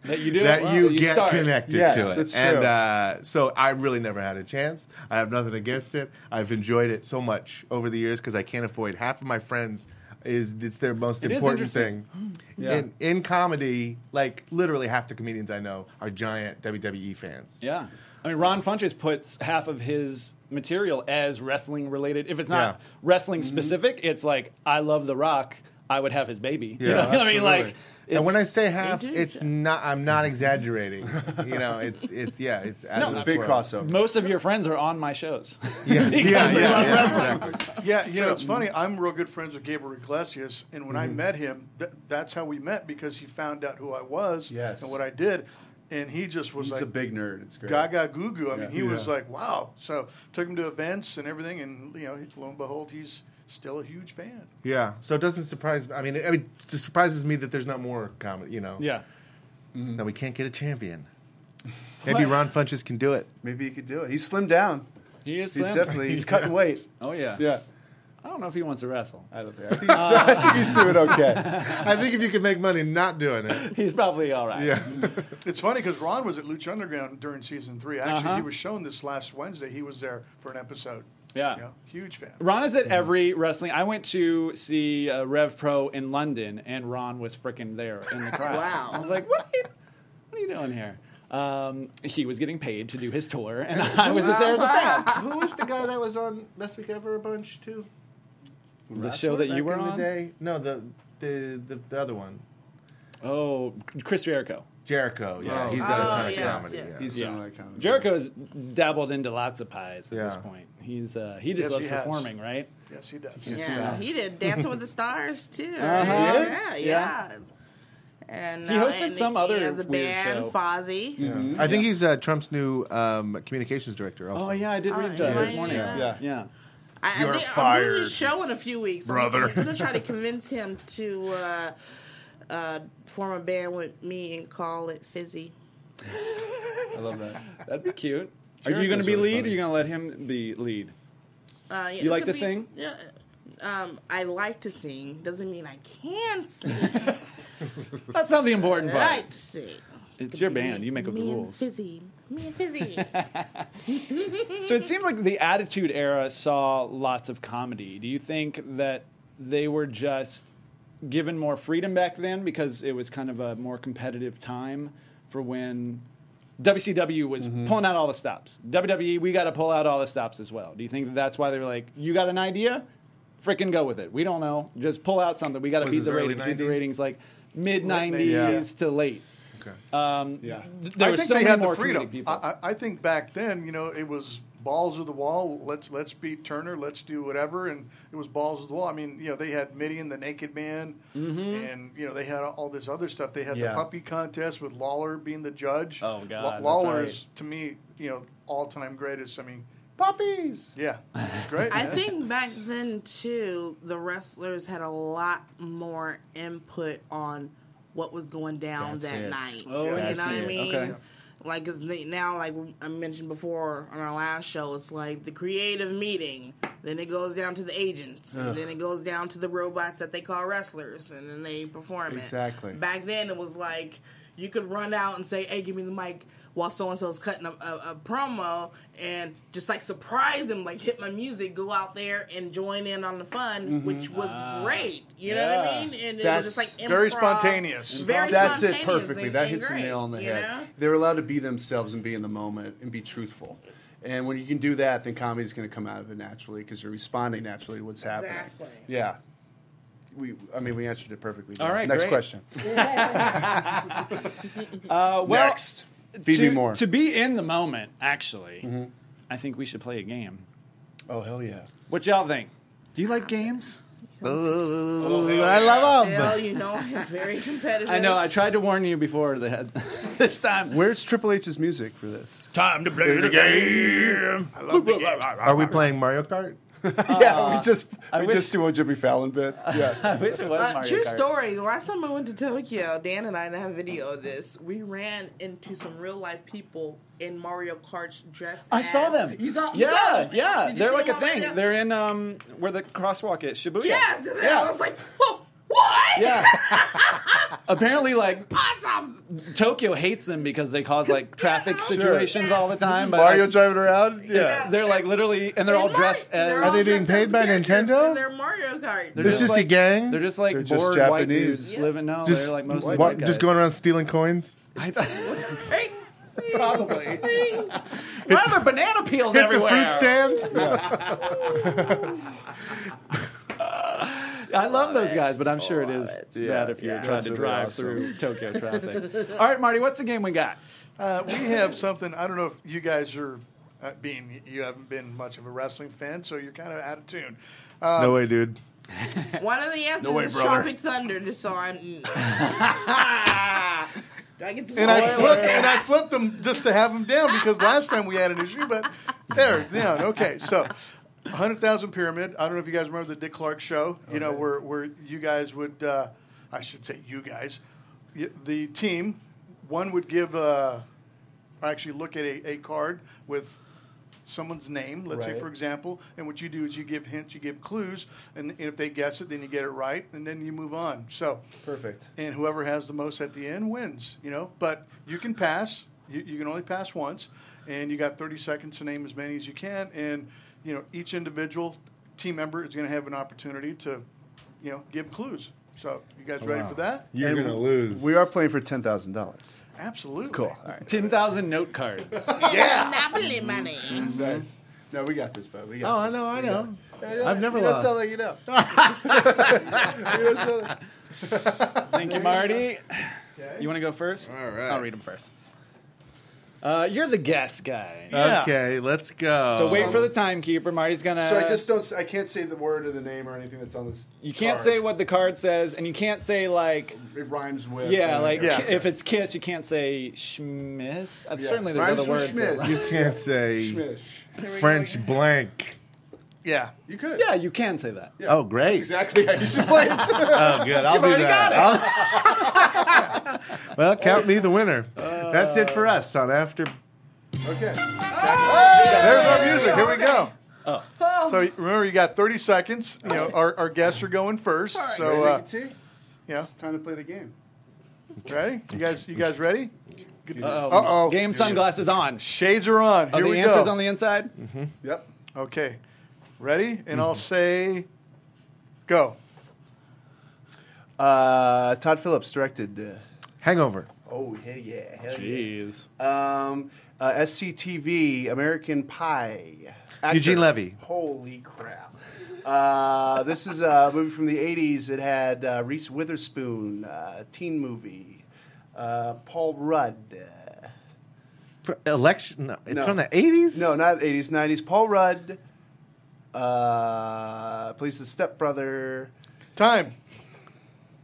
Speaker 3: That you do.
Speaker 6: that
Speaker 3: Wow,
Speaker 6: you, get
Speaker 3: start.
Speaker 6: connected
Speaker 5: Yes,
Speaker 6: to it.
Speaker 5: that's
Speaker 6: and
Speaker 5: true.
Speaker 6: uh, so I really never had a chance. I have nothing against it. I've enjoyed it so much over the years because I can't avoid half of my friends is it's their most
Speaker 3: It is
Speaker 6: important
Speaker 3: interesting. Hmm.
Speaker 6: thing. In in comedy, like literally half the comedians I know are giant WWE fans.
Speaker 3: Yeah. I mean, Ron Funches puts half of his material as wrestling related. If it's not
Speaker 6: Yeah.
Speaker 3: wrestling specific, it's like, I love The Rock. I would have his baby.
Speaker 6: Yeah,
Speaker 3: you know [laughs] what I mean? Like,
Speaker 6: absolutely. and when I
Speaker 3: it's-
Speaker 6: say half,
Speaker 4: do,
Speaker 6: it's not. I'm not exaggerating. you know, it's it's yeah, it's as
Speaker 5: a big crossover.
Speaker 3: most of your friends are on
Speaker 6: [laughs]
Speaker 3: my shows. [laughs]
Speaker 6: Yeah, yeah, yeah,
Speaker 3: they love
Speaker 6: yeah,
Speaker 3: [laughs] wrestling.
Speaker 6: exactly.
Speaker 7: Yeah, you know, it's funny. I'm real good friends with Gabriel Iglesias, and when I met him, th- that's how we met because he found out who I was
Speaker 5: Yes.
Speaker 7: and what I did, and he just was
Speaker 5: He's
Speaker 7: like
Speaker 5: a big nerd. It's great.
Speaker 7: gaga goo goo. I mean, he
Speaker 5: Yeah.
Speaker 7: was
Speaker 5: Yeah.
Speaker 7: like, wow. So took him to events and everything, and you know, lo and behold, he's still a huge fan.
Speaker 6: Yeah, so it doesn't surprise. I mean, it, I mean, it surprises me that there's not more comedy. You know,
Speaker 3: Yeah.
Speaker 6: No, we can't get a [laughs] champion. Maybe Ron Funches can do it.
Speaker 5: Maybe he could do it. He's slimmed down.
Speaker 3: He is
Speaker 5: He's
Speaker 3: slim.
Speaker 5: definitely [laughs] he's cutting weight.
Speaker 3: Oh yeah.
Speaker 5: Yeah.
Speaker 3: I don't know if he wants to wrestle. [laughs]
Speaker 5: I don't think. I think he's, I think he's doing okay. [laughs]
Speaker 6: I think if you could make money not doing it,
Speaker 3: He's probably all right.
Speaker 6: yeah,
Speaker 7: It's funny because Ron was at Lucha Underground during season three. Actually,
Speaker 3: Uh-huh.
Speaker 7: he was shown this last Wednesday. He was there for an episode.
Speaker 3: Yeah.
Speaker 7: You know, huge fan.
Speaker 3: Ron is at every wrestling. I went to see uh, Rev Pro in London, and Ron was freaking there in the crowd.
Speaker 4: Wow.
Speaker 3: I was like, what? Are you, what are you doing here? Um, he was getting paid to do his tour, and I was just there as a fan.
Speaker 6: Who was the guy that was on Best Week Ever a bunch too?
Speaker 3: The show that
Speaker 6: Back
Speaker 3: you were
Speaker 6: in the
Speaker 3: on.
Speaker 6: day? No, the the the, the other one,
Speaker 3: Oh, Chris Jericho.
Speaker 6: Jericho. Yeah,
Speaker 5: Oh.
Speaker 6: he's done a ton
Speaker 4: Oh,
Speaker 6: of
Speaker 4: yes,
Speaker 6: comedy.
Speaker 4: yes.
Speaker 6: yeah.
Speaker 5: He's
Speaker 3: Yeah.
Speaker 5: yeah. like kind of
Speaker 3: Jericho has dabbled into lots of pies at this
Speaker 6: Yeah.
Speaker 3: point. He's uh, he just
Speaker 7: Yes,
Speaker 3: loves
Speaker 7: he has.
Speaker 3: performing, right?
Speaker 7: Yes, he does.
Speaker 4: Yeah, he did Dancing with the Stars too. right?
Speaker 6: Uh-huh.
Speaker 3: did?
Speaker 4: Yeah, yeah.
Speaker 3: Yeah.
Speaker 4: And
Speaker 3: He
Speaker 4: uh,
Speaker 3: hosted
Speaker 4: and
Speaker 3: some
Speaker 4: he
Speaker 3: other
Speaker 4: has a
Speaker 3: weird
Speaker 4: band,
Speaker 3: show.
Speaker 4: Fozzy.
Speaker 6: I think he's uh, Trump's new um, communications director. Also.
Speaker 3: Oh yeah, I did
Speaker 4: Oh,
Speaker 3: read that
Speaker 4: yeah.
Speaker 3: this morning.
Speaker 4: Yeah.
Speaker 5: Yeah.
Speaker 3: yeah.
Speaker 4: I,
Speaker 6: You're
Speaker 4: I think I'm doing
Speaker 6: fired,
Speaker 4: his show in a few weeks, I'm-
Speaker 6: brother.
Speaker 4: I'm,
Speaker 6: [laughs]
Speaker 4: gonna try to convince him to uh, uh, form a band with me and call it Fizzy.
Speaker 5: I love that.
Speaker 3: That'd be cute. are
Speaker 5: Jericho's
Speaker 3: you going to be
Speaker 5: really
Speaker 3: lead? Or
Speaker 5: funny.
Speaker 3: are you going to let him be lead?
Speaker 4: Uh, yeah,
Speaker 3: You like
Speaker 4: it could
Speaker 3: to sing?
Speaker 4: Yeah. Um, I like to sing. Doesn't mean I can sing.
Speaker 3: That's not the important
Speaker 4: I
Speaker 3: part.
Speaker 4: like to sing.
Speaker 3: It's your band. You make up the
Speaker 4: me
Speaker 3: rules.
Speaker 4: And fizzy. Me and Fizzy.
Speaker 3: [laughs] So it seems like the Attitude Era saw lots of comedy. Do you think that they were just given more freedom back then because it was kind of a more competitive time for when WCW was pulling out all the stops? WWE, we got to pull out all the stops as well. Do you think that that's why they were like, you got an idea? Freaking go with it. We don't know. Just pull out something. We got to
Speaker 6: Was
Speaker 3: beat
Speaker 6: this
Speaker 3: the
Speaker 6: early
Speaker 3: ratings. Beat the
Speaker 6: 90s?
Speaker 3: ratings like mid 90s to late. Um,
Speaker 6: Okay.
Speaker 5: Yeah.
Speaker 3: There
Speaker 7: I
Speaker 3: were
Speaker 7: think
Speaker 3: so
Speaker 7: they
Speaker 3: many
Speaker 7: had
Speaker 3: more
Speaker 7: the freedom.
Speaker 3: comedic people.
Speaker 7: I, I- I think back then, you know, it was balls of the wall. Let's let's beat Turner. Let's do whatever, and it was balls of the wall. I mean, you know, they had Midian, the Naked Man,
Speaker 3: Mm-hmm.
Speaker 7: and you know they had all this other stuff. They had
Speaker 5: Yeah.
Speaker 7: the puppy contest with Lawler being the judge.
Speaker 3: Oh, God,
Speaker 7: Law-
Speaker 3: that's
Speaker 7: Lawler
Speaker 3: right.
Speaker 7: is to me, you know, all time greatest. I mean,
Speaker 5: Puppies.
Speaker 7: yeah, it's
Speaker 4: [laughs]
Speaker 7: great.
Speaker 4: I
Speaker 7: man.
Speaker 4: think back then too, the wrestlers had a lot more input on what was going down
Speaker 5: That's
Speaker 4: that
Speaker 5: it.
Speaker 4: night.
Speaker 3: Oh,
Speaker 4: you know
Speaker 3: that's
Speaker 4: what I
Speaker 3: it.
Speaker 4: mean?
Speaker 3: Okay.
Speaker 4: Like, cause they- now, like I mentioned before on our last show, it's like the creative meeting. Then it goes down to the agents, and then it goes down to the robots that they call wrestlers, and then they perform it.
Speaker 5: Exactly.
Speaker 4: Back then, it was like you could run out and say, "Hey, give me the mic," while so and so's cutting a, a, a promo, and just like surprise them, like hit my music, go out there and join in on the fun, which was
Speaker 3: Ah.
Speaker 4: great. You know what
Speaker 3: yeah.
Speaker 4: I mean? And
Speaker 5: Mm-hmm. That's
Speaker 4: it was just like
Speaker 7: very
Speaker 4: improv,
Speaker 7: spontaneous.
Speaker 4: Very
Speaker 5: That's it
Speaker 4: spontaneous
Speaker 5: perfectly.
Speaker 4: and-
Speaker 5: that
Speaker 4: and
Speaker 5: hits
Speaker 4: great,
Speaker 5: the nail on the
Speaker 4: you
Speaker 5: head. [laughs]
Speaker 4: know?
Speaker 5: They're allowed to be themselves and be in the moment and be truthful. And when you can do that, then comedy's going to come out of it naturally because you're responding naturally to what's happening.
Speaker 4: Exactly.
Speaker 5: Yeah. We, I mean, we answered it perfectly.
Speaker 3: All right,
Speaker 5: Next
Speaker 3: great.
Speaker 5: question.
Speaker 3: Uh, well,
Speaker 5: Next. Feed
Speaker 3: to,
Speaker 5: me more. Mm-hmm.
Speaker 3: To be in the moment, actually, I think we should play a game.
Speaker 5: oh, hell yeah.
Speaker 3: What y'all think? Do you like games?
Speaker 6: I love him.
Speaker 4: Well, you know, I'm
Speaker 3: [laughs]
Speaker 4: very competitive.
Speaker 3: I know. I tried to warn you before the head [laughs] this time.
Speaker 5: Where's Triple H's music for this?
Speaker 3: Time to play the game. I love the game.
Speaker 6: Are we playing Mario Kart?
Speaker 5: yeah, we just
Speaker 3: I
Speaker 5: we
Speaker 3: wish-
Speaker 5: just do a Jimmy Fallon bit. Yeah.
Speaker 3: [laughs] I wish it was
Speaker 4: Uh,
Speaker 3: Mario
Speaker 4: true
Speaker 3: Kart.
Speaker 4: story. The last time I went to Tokyo, Dan and I and I have video of this. We ran into some real life people in Mario Kart's dressed.
Speaker 3: I saw
Speaker 4: as-
Speaker 3: them.
Speaker 4: You saw? you
Speaker 3: yeah,
Speaker 4: saw them?
Speaker 3: yeah.
Speaker 4: Did you
Speaker 3: They're
Speaker 4: see
Speaker 3: like a
Speaker 4: them
Speaker 3: thing.
Speaker 4: already?
Speaker 3: They're in um where the crosswalk is, Shibuya.
Speaker 4: Yes. And then
Speaker 3: Yeah.
Speaker 4: I was like, "Whoa, what?
Speaker 3: yeah.
Speaker 4: [laughs]
Speaker 3: [laughs] Apparently, like
Speaker 4: Awesome.
Speaker 3: Tokyo hates them because they cause like traffic
Speaker 4: Sure.
Speaker 3: situations all the time.
Speaker 6: Uh,
Speaker 3: But
Speaker 5: Mario
Speaker 3: like,
Speaker 5: driving around? Yeah.
Speaker 4: Yeah.
Speaker 3: they're like literally, and they're all
Speaker 4: Mario-
Speaker 3: dressed as.
Speaker 4: they're
Speaker 6: Are
Speaker 4: all
Speaker 6: they being
Speaker 4: dressed as
Speaker 6: paid by
Speaker 4: characters in
Speaker 6: Nintendo?
Speaker 4: Their Mario Kart.
Speaker 3: They're
Speaker 6: There's just a
Speaker 3: like-
Speaker 6: gang?
Speaker 3: They're just like
Speaker 5: They're just
Speaker 3: bored white
Speaker 5: Japanese.
Speaker 3: dudes
Speaker 4: Yeah.
Speaker 3: living. No,
Speaker 6: Just
Speaker 3: they're like mostly
Speaker 6: wa-
Speaker 3: white guys.
Speaker 6: just going around stealing coins.
Speaker 5: [laughs]
Speaker 3: I th-
Speaker 4: Hey,
Speaker 3: probably. [laughs] Why are there banana
Speaker 6: [laughs]
Speaker 3: peels
Speaker 6: Hit the
Speaker 3: everywhere?
Speaker 6: fruit stand.
Speaker 3: I love those guys, but I'm sure it is
Speaker 5: Yeah,
Speaker 3: bad if you're
Speaker 5: yeah,
Speaker 3: trying
Speaker 5: that's
Speaker 3: to
Speaker 5: really
Speaker 3: drive
Speaker 5: awesome.
Speaker 3: through Tokyo
Speaker 5: [laughs]
Speaker 3: traffic. All right, Marty, what's the game we got?
Speaker 7: Uh, we have something. I don't know if you guys are uh, being. You haven't been much of a wrestling fan, so you're kind of out of tune. Uh,
Speaker 6: no way, dude.
Speaker 4: One of the answers
Speaker 7: No way,
Speaker 4: is
Speaker 7: brother.
Speaker 4: Tropic Thunder, just so I'm.
Speaker 3: [laughs]
Speaker 4: Do I get to
Speaker 7: And I
Speaker 4: spoil
Speaker 7: flipped,
Speaker 4: it?
Speaker 7: and I flipped them just to have them down because last time we had an issue, but they're down. Okay, so. 100,000 Pyramid. I don't know if you guys remember the Dick Clark show, you know, where, where you guys would, uh, I should say you guys, y- the team, one would give, uh, or actually look at a, a card with someone's name, let's say
Speaker 5: Right.
Speaker 7: for example, and what you do is you give hints, you give clues, and if they guess it, then you get it right, and then you move on. So
Speaker 5: Perfect.
Speaker 7: and whoever has the most at the end wins. You know, but you can pass. You, you can only pass once, and you got 30 seconds to name as many as you can. And you know, each individual team member is going to have an opportunity to, you know, give clues. So you guys
Speaker 3: Oh,
Speaker 7: ready
Speaker 5: Wow.
Speaker 7: for that?
Speaker 6: You're
Speaker 5: And
Speaker 6: gonna lose.
Speaker 5: We are playing for ten thousand dollars.
Speaker 7: Absolutely.
Speaker 5: Cool. All right.
Speaker 3: 10,000 note
Speaker 5: [laughs]
Speaker 3: cards.
Speaker 5: Oh,
Speaker 4: Monopoly money.
Speaker 5: Nice. No, we got this, bud. We got
Speaker 6: Oh, I
Speaker 5: this.
Speaker 6: know, I
Speaker 5: We got
Speaker 6: know.
Speaker 5: it.
Speaker 6: I've never
Speaker 5: you
Speaker 6: lost.
Speaker 5: Don't sound like you know. You don't sound like-
Speaker 3: Thank you, Marty. You want to go first?
Speaker 6: All right.
Speaker 3: I'll read them first. Uh, you're the guest guy.
Speaker 5: Uh,
Speaker 7: Yeah.
Speaker 6: Okay, let's go.
Speaker 3: so
Speaker 5: um,
Speaker 3: wait for the timekeeper. Marty's gonna.
Speaker 5: so I just don't. I can't say the word or the name or anything that's on this.
Speaker 3: Uh, You can't
Speaker 5: card.
Speaker 3: say what the card says, and you can't say like.
Speaker 5: it rhymes with.
Speaker 3: Yeah,
Speaker 5: uh,
Speaker 3: like
Speaker 7: Yeah.
Speaker 3: ki- if it's kiss, you can't say schmiss. Uh,
Speaker 5: Yeah.
Speaker 3: Certainly, there's
Speaker 5: Rhymes
Speaker 3: other
Speaker 5: with
Speaker 3: words. that-
Speaker 5: schmiss.
Speaker 6: You can't
Speaker 5: [laughs]
Speaker 6: say
Speaker 5: Schmish.
Speaker 6: French blank.
Speaker 7: Yeah.
Speaker 5: You
Speaker 3: [laughs]
Speaker 5: could.
Speaker 3: Yeah, you can say that.
Speaker 6: Oh, great.
Speaker 5: Exactly [laughs] how you should
Speaker 3: [laughs]
Speaker 5: play it.
Speaker 6: Oh, good. I'll do
Speaker 3: already
Speaker 6: that. I'll- [laughs] well, count me the winner. That's it for us on After.
Speaker 5: okay.
Speaker 6: There's our music. Here we go.
Speaker 5: Oh.
Speaker 7: So y- remember, you got 30 seconds. You know, our, our guests are going first.
Speaker 5: All right,
Speaker 7: So
Speaker 5: ready,
Speaker 7: uh,
Speaker 5: Nicky T?
Speaker 7: yeah,
Speaker 5: It's time to play the game.
Speaker 7: uh, ready? You guys, you guys ready?
Speaker 3: Uh-oh.
Speaker 7: Uh-oh.
Speaker 3: Game sunglasses on.
Speaker 7: Shades are on. Here
Speaker 3: Are the
Speaker 7: we
Speaker 3: answers
Speaker 7: go.
Speaker 3: on the inside?
Speaker 5: Yep.
Speaker 7: Okay. Ready? And
Speaker 5: Mm-hmm.
Speaker 7: I'll say go.
Speaker 5: Uh, Todd Phillips directed. Uh,
Speaker 6: Hangover.
Speaker 5: oh hell yeah! Hell
Speaker 6: Jeez.
Speaker 5: yeah. Um, uh, SCTV American Pie. Actor.
Speaker 6: Eugene Levy.
Speaker 5: Holy crap! Uh, this is a movie from the '80s. It had uh, Reese Witherspoon, uh, teen movie. Uh, Paul Rudd. Uh,
Speaker 6: For election? No, it's
Speaker 5: No.
Speaker 6: from the 80s?
Speaker 5: no, not '80s, '90s. Paul Rudd. Uh, plays the stepbrother.
Speaker 7: Time.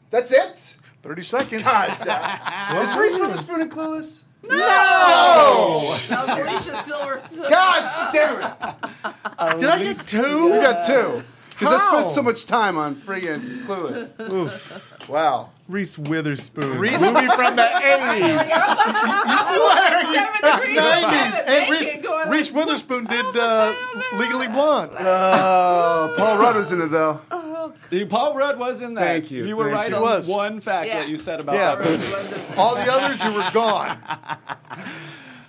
Speaker 5: That's it.
Speaker 7: 30 seconds. [laughs]
Speaker 5: Is Reese Witherspoon and Clueless?
Speaker 4: That was Alicia Silverstone.
Speaker 5: God damn it!
Speaker 7: Uh,
Speaker 6: Did I get two?
Speaker 5: You got two. Because I
Speaker 6: How?
Speaker 5: spent so much time on friggin' Clueless.
Speaker 6: Oof.
Speaker 5: Wow.
Speaker 6: Reese Witherspoon. Movie from the 80s.
Speaker 4: What are you talking
Speaker 7: 90s. And Reese, Reese Witherspoon did uh, Legally Blonde.
Speaker 5: Uh, Paul Rudd was in it though.
Speaker 3: The Paul Rudd was in that.
Speaker 5: Thank you,
Speaker 3: You were
Speaker 5: thank
Speaker 3: right
Speaker 5: you.
Speaker 3: on
Speaker 7: Was.
Speaker 3: one fact
Speaker 4: Yeah.
Speaker 3: that you said about
Speaker 7: Yeah.
Speaker 3: Paul Rudd.
Speaker 7: All the others, you were gone.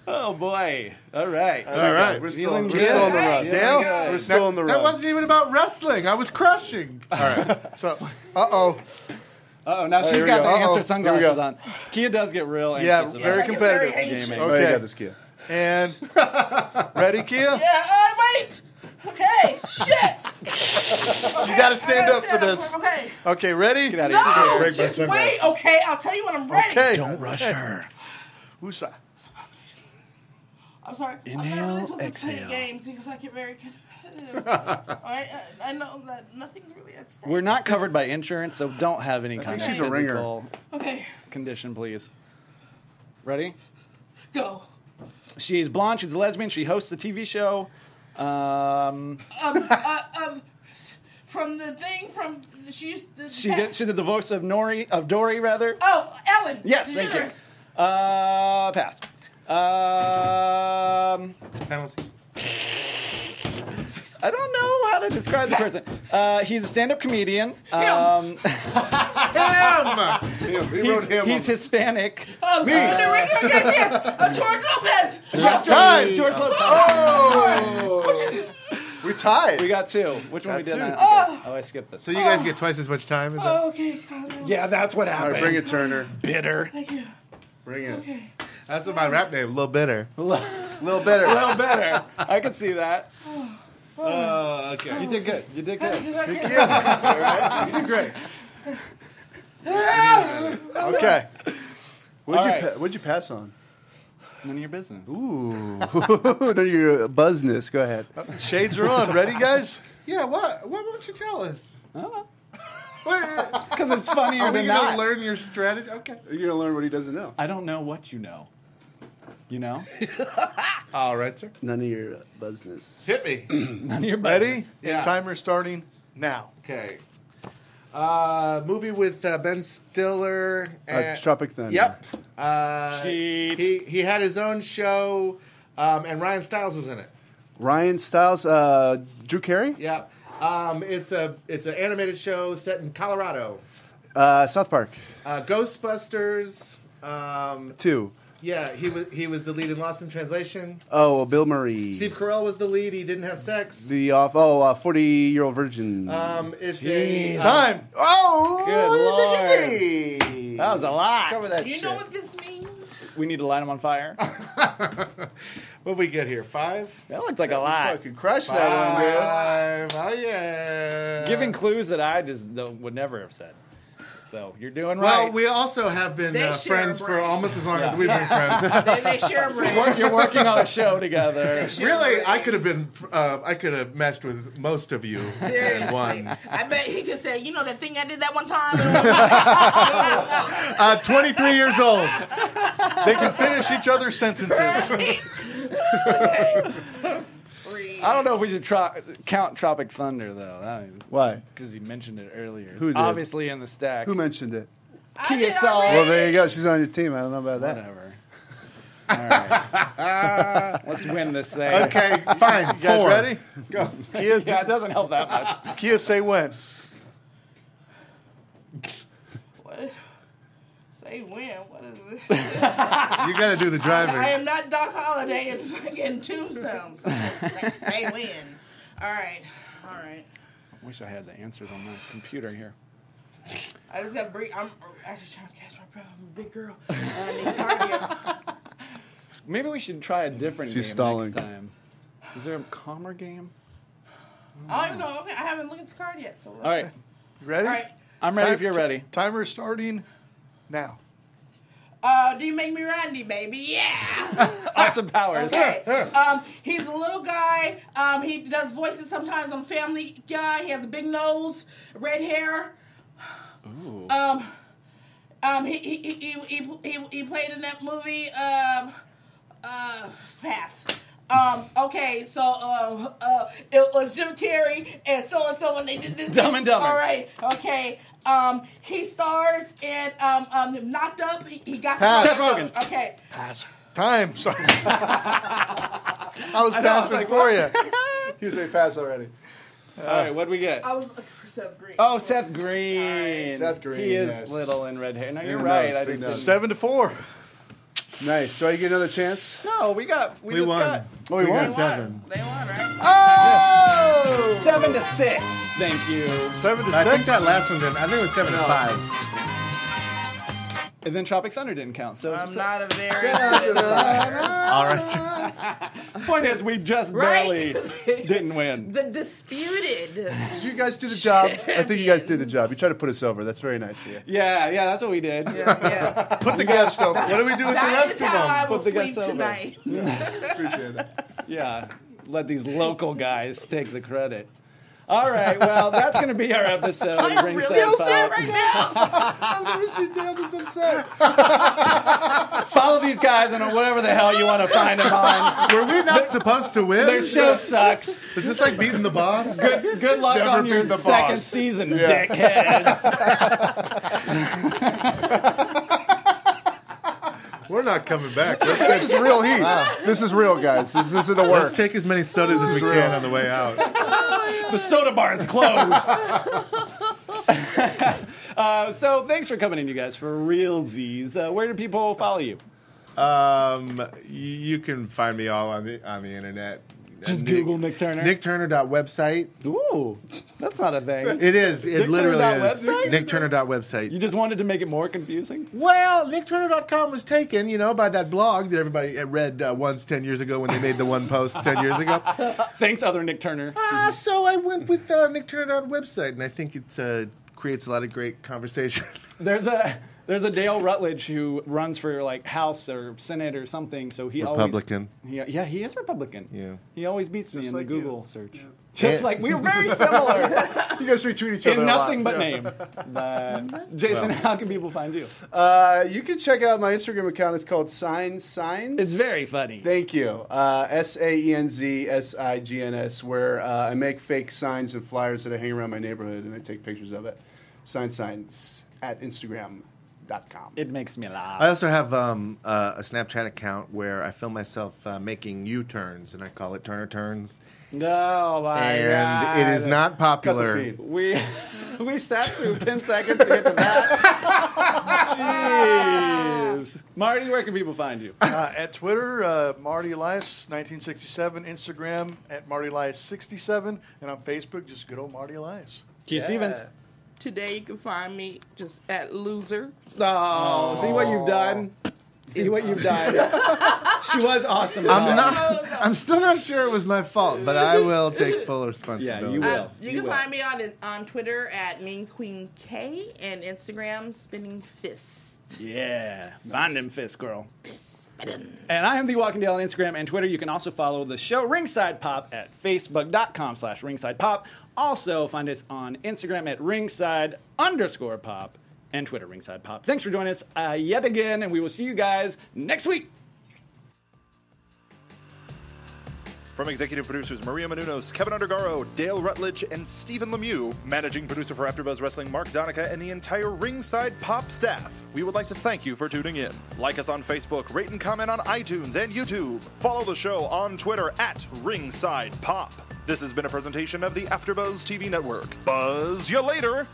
Speaker 3: Oh, boy. All right.
Speaker 6: All right.
Speaker 5: We're still,
Speaker 3: Feeling
Speaker 5: on- we're still on the
Speaker 3: good.
Speaker 5: run.
Speaker 7: Dale?
Speaker 5: We're still on the
Speaker 6: That
Speaker 5: run.
Speaker 6: wasn't even about wrestling. I was crushing. All right.
Speaker 7: So, uh oh.
Speaker 3: Uh-oh, now she's
Speaker 5: here we
Speaker 3: got
Speaker 5: go.
Speaker 3: the
Speaker 5: Uh-oh, here
Speaker 3: answer
Speaker 5: we
Speaker 3: sunglasses
Speaker 5: go.
Speaker 3: on. Kia does get real anxious
Speaker 7: Yeah,
Speaker 3: about
Speaker 7: very
Speaker 3: it.
Speaker 7: competitive.
Speaker 3: Gaming.
Speaker 5: Oh, you
Speaker 7: Okay.
Speaker 5: got this kid.
Speaker 7: And ready, Kia?
Speaker 4: Yeah, uh, wait. Okay, shit.
Speaker 7: You got to stand
Speaker 4: I gotta
Speaker 7: up for
Speaker 4: stand
Speaker 7: this.
Speaker 4: Okay.
Speaker 7: Okay, ready?
Speaker 3: Get out of here.
Speaker 4: No, just wait. Okay, I'll tell you when I'm ready.
Speaker 7: Okay.
Speaker 6: rush her.
Speaker 7: Usa.
Speaker 4: I'm sorry. I'm not
Speaker 3: Inhale,
Speaker 4: really supposed to
Speaker 3: exhale.
Speaker 4: play games because I get very
Speaker 7: [laughs]
Speaker 4: competitive. All right, uh, I, I know that nothing's really at stake.
Speaker 3: We're not covered by insurance, so don't have any kind of
Speaker 5: she's a ringer.
Speaker 3: physical
Speaker 4: okay,
Speaker 3: condition, please. Ready?
Speaker 4: go.
Speaker 3: She's blonde. She's a lesbian. She hosts a TV show. Um,
Speaker 4: Um, uh, um, from the thing from she used to,
Speaker 3: she did. She did the voice of Nori of Dory, rather.
Speaker 4: Oh, Ellen.
Speaker 3: Yes, thank you. Uh, pass. Um,
Speaker 6: Penalty.
Speaker 3: I don't know how to describe the person. Uh, he's a stand-up comedian. Um,
Speaker 4: Him.
Speaker 5: We
Speaker 3: he's,
Speaker 5: wrote him.
Speaker 3: he's Hispanic.
Speaker 4: Um, Me. the regular game, yes. Uh, George Lopez. Yes.
Speaker 5: Time.
Speaker 3: George Lopez.
Speaker 5: Oh.
Speaker 4: Which is
Speaker 5: We tied.
Speaker 3: We got two. Which one we did?
Speaker 5: two.
Speaker 3: not?
Speaker 4: Oh.
Speaker 3: Oh, I skipped this.
Speaker 6: So you guys get twice as much time?
Speaker 4: Uh,
Speaker 6: Is that?
Speaker 4: okay. God,
Speaker 3: yeah, that's what
Speaker 5: All
Speaker 3: happened.
Speaker 5: right, bring it, [laughs] Turner.
Speaker 3: [laughs] bitter.
Speaker 4: Thank you.
Speaker 5: Bring it.
Speaker 4: Okay.
Speaker 6: That's what my rap name, Little Bitter.
Speaker 3: A
Speaker 5: A little better.
Speaker 3: little better. I could see that.
Speaker 5: Oh,
Speaker 3: Uh, okay. You did good. You did good.
Speaker 4: Thank
Speaker 5: you. All right. You did great. Okay. What'd
Speaker 3: All
Speaker 5: you
Speaker 3: right.
Speaker 5: pa- What'd you pass on?
Speaker 3: None of your business.
Speaker 5: Ooh, none of your buzzness. Go ahead. Shades are on. Ready, guys?
Speaker 6: Yeah, what? Why won't you tell us?
Speaker 3: [laughs] Because it's funnier
Speaker 6: Are we
Speaker 3: than
Speaker 6: gonna
Speaker 3: not.
Speaker 6: learn your strategy? Okay.
Speaker 5: You're gonna learn what he doesn't know.
Speaker 3: I don't know what you know. You [laughs] know?
Speaker 6: All right, sir.
Speaker 5: None of your buzzness.
Speaker 6: Hit me.
Speaker 3: None of your
Speaker 7: Ready?
Speaker 3: business.
Speaker 6: Yeah. Oh,
Speaker 7: Timer starting now.
Speaker 6: Okay. Uh, movie with uh, Ben Stiller.
Speaker 7: Uh,
Speaker 6: and-
Speaker 5: Uh, Tropic Thunder.
Speaker 6: Yep. Uh,
Speaker 3: Cheat.
Speaker 6: He he had his own show, um, and Ryan Stiles was in it.
Speaker 5: Ryan Stiles, uh, Drew Carey,
Speaker 6: Yep. Um, it's a it's an animated show set in Colorado.
Speaker 5: uh, South Park,
Speaker 6: Uh, Ghostbusters. Um,
Speaker 5: two.
Speaker 6: yeah, he was he was the lead in Lost in Translation.
Speaker 5: Oh, Bill Murray.
Speaker 6: Steve Carell was the lead. He didn't have sex.
Speaker 5: The off. Oh, uh, forty-year-old virgin.
Speaker 6: Um, it's a
Speaker 7: Time.
Speaker 6: Oh,
Speaker 3: Good
Speaker 6: diggity.
Speaker 3: That was a lot.
Speaker 6: Cover that
Speaker 4: You
Speaker 6: shit.
Speaker 4: know what this means?
Speaker 3: We need to light them
Speaker 6: [laughs]
Speaker 3: on fire.
Speaker 6: What we get here? Five.
Speaker 3: That looked like a lot.
Speaker 5: Fucking crush that one, dude.
Speaker 6: Five. Oh yeah.
Speaker 3: Giving clues that I just don't- would never have said. So you're doing
Speaker 6: Well,
Speaker 3: right.
Speaker 6: we also have been
Speaker 4: They
Speaker 6: uh,
Speaker 4: share a
Speaker 6: friends for
Speaker 4: brain.
Speaker 6: almost as long as we've
Speaker 4: [laughs]
Speaker 6: been friends.
Speaker 4: They, they share a brain.
Speaker 3: We're- you're working on a show
Speaker 6: [laughs]
Speaker 3: together.
Speaker 4: Share a
Speaker 6: really,
Speaker 4: brain.
Speaker 6: I could have been. Uh, I could have meshed with most of you in
Speaker 4: Seriously.
Speaker 6: one.
Speaker 4: I bet he could say, you know that thing I did that one time?
Speaker 6: Uh, Twenty-three years old.
Speaker 7: They can finish each other's sentences.
Speaker 3: I don't know if we should tro- count Tropic Thunder though,
Speaker 5: Why?
Speaker 3: because he mentioned it earlier. It's
Speaker 5: Who did?
Speaker 3: obviously in the stack.
Speaker 5: Who mentioned it?
Speaker 4: I did
Speaker 3: Solid.
Speaker 4: already.
Speaker 5: Well, there you go. She's on your team. I don't know about that.
Speaker 3: Whatever. All
Speaker 6: [laughs]
Speaker 3: right. Let's win this thing.
Speaker 6: Okay, [laughs] fine.
Speaker 7: You guys
Speaker 6: Four.
Speaker 7: ready? Go. Kia,
Speaker 3: Yeah, it doesn't help that much.
Speaker 7: Kia, say when.
Speaker 4: What? Say when? What is it?
Speaker 6: You got to do the
Speaker 4: I
Speaker 6: driving.
Speaker 4: am not Doc Holliday in fucking Tombstones. Say- Say when? All right, all right.
Speaker 3: I wish I had the answers on my computer here.
Speaker 4: I just got to breathe. I'm actually trying to catch my breath. I'm a big girl. And I
Speaker 3: [laughs]
Speaker 4: need cardio.
Speaker 3: Maybe we should try a different
Speaker 5: She's
Speaker 3: game
Speaker 5: stalling.
Speaker 3: next time. Is there a calmer game?
Speaker 4: I don't know. Okay, I haven't looked at the card yet. So let's
Speaker 3: All right.
Speaker 7: You ready?
Speaker 4: All right.
Speaker 3: I'm ready if you're
Speaker 4: [laughs]
Speaker 3: ready.
Speaker 7: Timer starting now.
Speaker 4: Uh, do you make me Randy, baby? Yeah.
Speaker 3: Awesome powers.
Speaker 4: Okay. Um, he's a little guy. Um, he does voices sometimes on Family Guy. He has a big nose, red hair. Um, um, he he he he, he, he, he played in that movie. Um, uh, pass. Um, okay, so uh, uh, it was Jim Carrey and so and so when they did this.
Speaker 3: Dumb and Dumber.
Speaker 4: All right. Okay. Um, he stars in um, um, Knocked Up. He, he got
Speaker 7: Pass.
Speaker 3: Seth Rogen.
Speaker 4: Okay.
Speaker 7: Time. Sorry. I was bouncing
Speaker 3: like,
Speaker 7: for you.
Speaker 6: [laughs]
Speaker 5: You say pass already.
Speaker 3: All right. What do we get?
Speaker 4: I was looking for Seth Green.
Speaker 3: Oh, Seth Green.
Speaker 5: Seth Green,
Speaker 3: He is
Speaker 5: yes.
Speaker 3: little and red hair. No, you're
Speaker 5: nose,
Speaker 3: right. I
Speaker 5: big
Speaker 3: just
Speaker 5: nose.
Speaker 3: didn't-
Speaker 7: Seven to four.
Speaker 5: Nice. Do I get another chance?
Speaker 3: no, we got we,
Speaker 6: We
Speaker 3: just
Speaker 6: won.
Speaker 3: got
Speaker 5: Oh, we won.
Speaker 6: Seven.
Speaker 4: They won, right? Oh!
Speaker 3: seven to six. Thank you.
Speaker 7: Seven to
Speaker 6: I
Speaker 7: six.
Speaker 6: think that last one did. I think it was seven to five.
Speaker 3: And then Tropic Thunder didn't count. So it's
Speaker 4: I'm
Speaker 3: a-
Speaker 4: not a very
Speaker 6: All right. [laughs] sir.
Speaker 3: [laughs] point is we just
Speaker 4: Right?
Speaker 3: barely didn't win.
Speaker 4: [laughs] the disputed.
Speaker 5: Did you guys do the job? I think you guys did the job. You tried to put us over. That's very nice of you.
Speaker 3: Yeah, yeah, that's what we did.
Speaker 4: Yeah.
Speaker 7: Put the gas stove.
Speaker 6: What do we do with the
Speaker 4: That
Speaker 6: rest of
Speaker 4: is
Speaker 6: them?
Speaker 4: how I will
Speaker 3: Put the
Speaker 4: sleep
Speaker 3: guess over.
Speaker 4: tonight. [laughs]
Speaker 5: Appreciate it.
Speaker 3: Yeah, let these local guys take the credit. All right, well, that's going to be our episode. of
Speaker 4: I'm
Speaker 3: Ringside
Speaker 4: really upset
Speaker 3: Pops.
Speaker 4: right now.
Speaker 5: I've never seen Dan this upset.
Speaker 3: Follow these guys on whatever the hell you want to find them on.
Speaker 6: Were we not supposed to win?
Speaker 3: Their show sucks.
Speaker 6: Is this like beating the boss?
Speaker 3: Good, good luck
Speaker 6: Never
Speaker 3: on
Speaker 6: beat
Speaker 3: your
Speaker 6: the
Speaker 3: second
Speaker 6: boss.
Speaker 3: season, [laughs] dickheads.
Speaker 6: We're not coming
Speaker 5: [laughs]
Speaker 6: back.
Speaker 5: This is real heat. This is real, guys. This isn't a work.
Speaker 6: Let's take as many sodas as we can on the way out.
Speaker 3: the soda bar is closed. [laughs] uh, so thanks for coming in, you guys, for real Z's. Uh, where do people follow you?
Speaker 6: Um, y- you can find me all on the on the internet.
Speaker 3: Just
Speaker 6: Nick-
Speaker 3: Google Nick Turner.
Speaker 6: NickTurner.website.
Speaker 3: Ooh, that's not a thing.
Speaker 6: It is. It
Speaker 3: Nick
Speaker 6: literally
Speaker 3: Turner dot
Speaker 6: is.
Speaker 3: website?
Speaker 6: NickTurner.website.
Speaker 3: You just wanted to make it more confusing.
Speaker 6: Well, NickTurner.com was taken, you know, by that blog that everybody had read uh, once 10 years ago when they made the one post 10 years
Speaker 3: [laughs]
Speaker 6: ago.
Speaker 3: Thanks, other Nick Turner.
Speaker 6: Ah, so I went with uh, NickTurner.website, and I think it uh, creates a lot of great conversation.
Speaker 3: There's a there's a Dale Rutledge who runs for like House or Senate or something. So he
Speaker 6: Republican.
Speaker 3: Always, yeah, yeah, he is Republican.
Speaker 6: Yeah.
Speaker 3: He always beats me in
Speaker 7: like
Speaker 3: the
Speaker 7: you.
Speaker 3: Google search. Just
Speaker 6: Yeah.
Speaker 3: like
Speaker 6: [laughs]
Speaker 3: we're very similar
Speaker 5: You guys retweet each other
Speaker 3: in
Speaker 5: a lot.
Speaker 3: nothing but name.
Speaker 6: [laughs]
Speaker 3: But Jason, how can people find you?
Speaker 5: Uh, you can check out my Instagram account. It's called Sign Signs.
Speaker 3: It's very funny.
Speaker 5: Thank you. Uh, S A E N Z S I G N S, where uh, I make fake signs and flyers that I hang around my neighborhood and I take pictures of it. Sign Signs at Instagram.com.
Speaker 3: It makes me laugh.
Speaker 6: I also have um, uh, a Snapchat account where I film myself uh, making U turns, and I call it Turner Turns.
Speaker 3: No, Oh, my
Speaker 6: and it is
Speaker 3: God.
Speaker 6: not popular.
Speaker 5: feed.
Speaker 3: We [laughs] we sat through ten seconds to get to [laughs] that. Jeez, Marty, where can people find you?
Speaker 7: Uh, at Twitter, uh, Marty Elias, 1967. Instagram, at Marty Elias, 67. And on Facebook, just good old Marty Elias.
Speaker 3: Keith Stevens.
Speaker 4: Today you can find me just at loser.
Speaker 3: Oh, see what you've done. See what you've
Speaker 4: [laughs]
Speaker 3: done. she was awesome.
Speaker 6: I'm
Speaker 3: though.
Speaker 6: not. I'm still not sure it was my fault, but I will take full
Speaker 3: [laughs] Yeah,
Speaker 6: responsibility.
Speaker 3: you will.
Speaker 4: Um, you,
Speaker 3: You
Speaker 4: can
Speaker 3: will.
Speaker 4: find me on on Twitter at Mean Queen K and Instagram Spinning Fist.
Speaker 3: Yeah, find him, fist girl.
Speaker 4: Fist spinning.
Speaker 3: And I am The Walking Dale on Instagram and Twitter. You can also follow the show Ringside Pop at facebook.com slash ringside pop. Also find us on Instagram at ringside underscore pop and Twitter ringside pop. Thanks for joining us uh, yet again, and we will see you guys next week.
Speaker 10: From executive producers Maria Menounos, Kevin Undergaro, Dale Rutledge, and Stephen Lemieux, managing producer for AfterBuzz Wrestling Mark Donica, and the entire Ringside Pop staff, we would like to thank you for tuning in. Like us on Facebook, rate and comment on iTunes and YouTube. Follow the show on Twitter at Ringside Pop. This has been a presentation of the AfterBuzz TV Network. Buzz you later.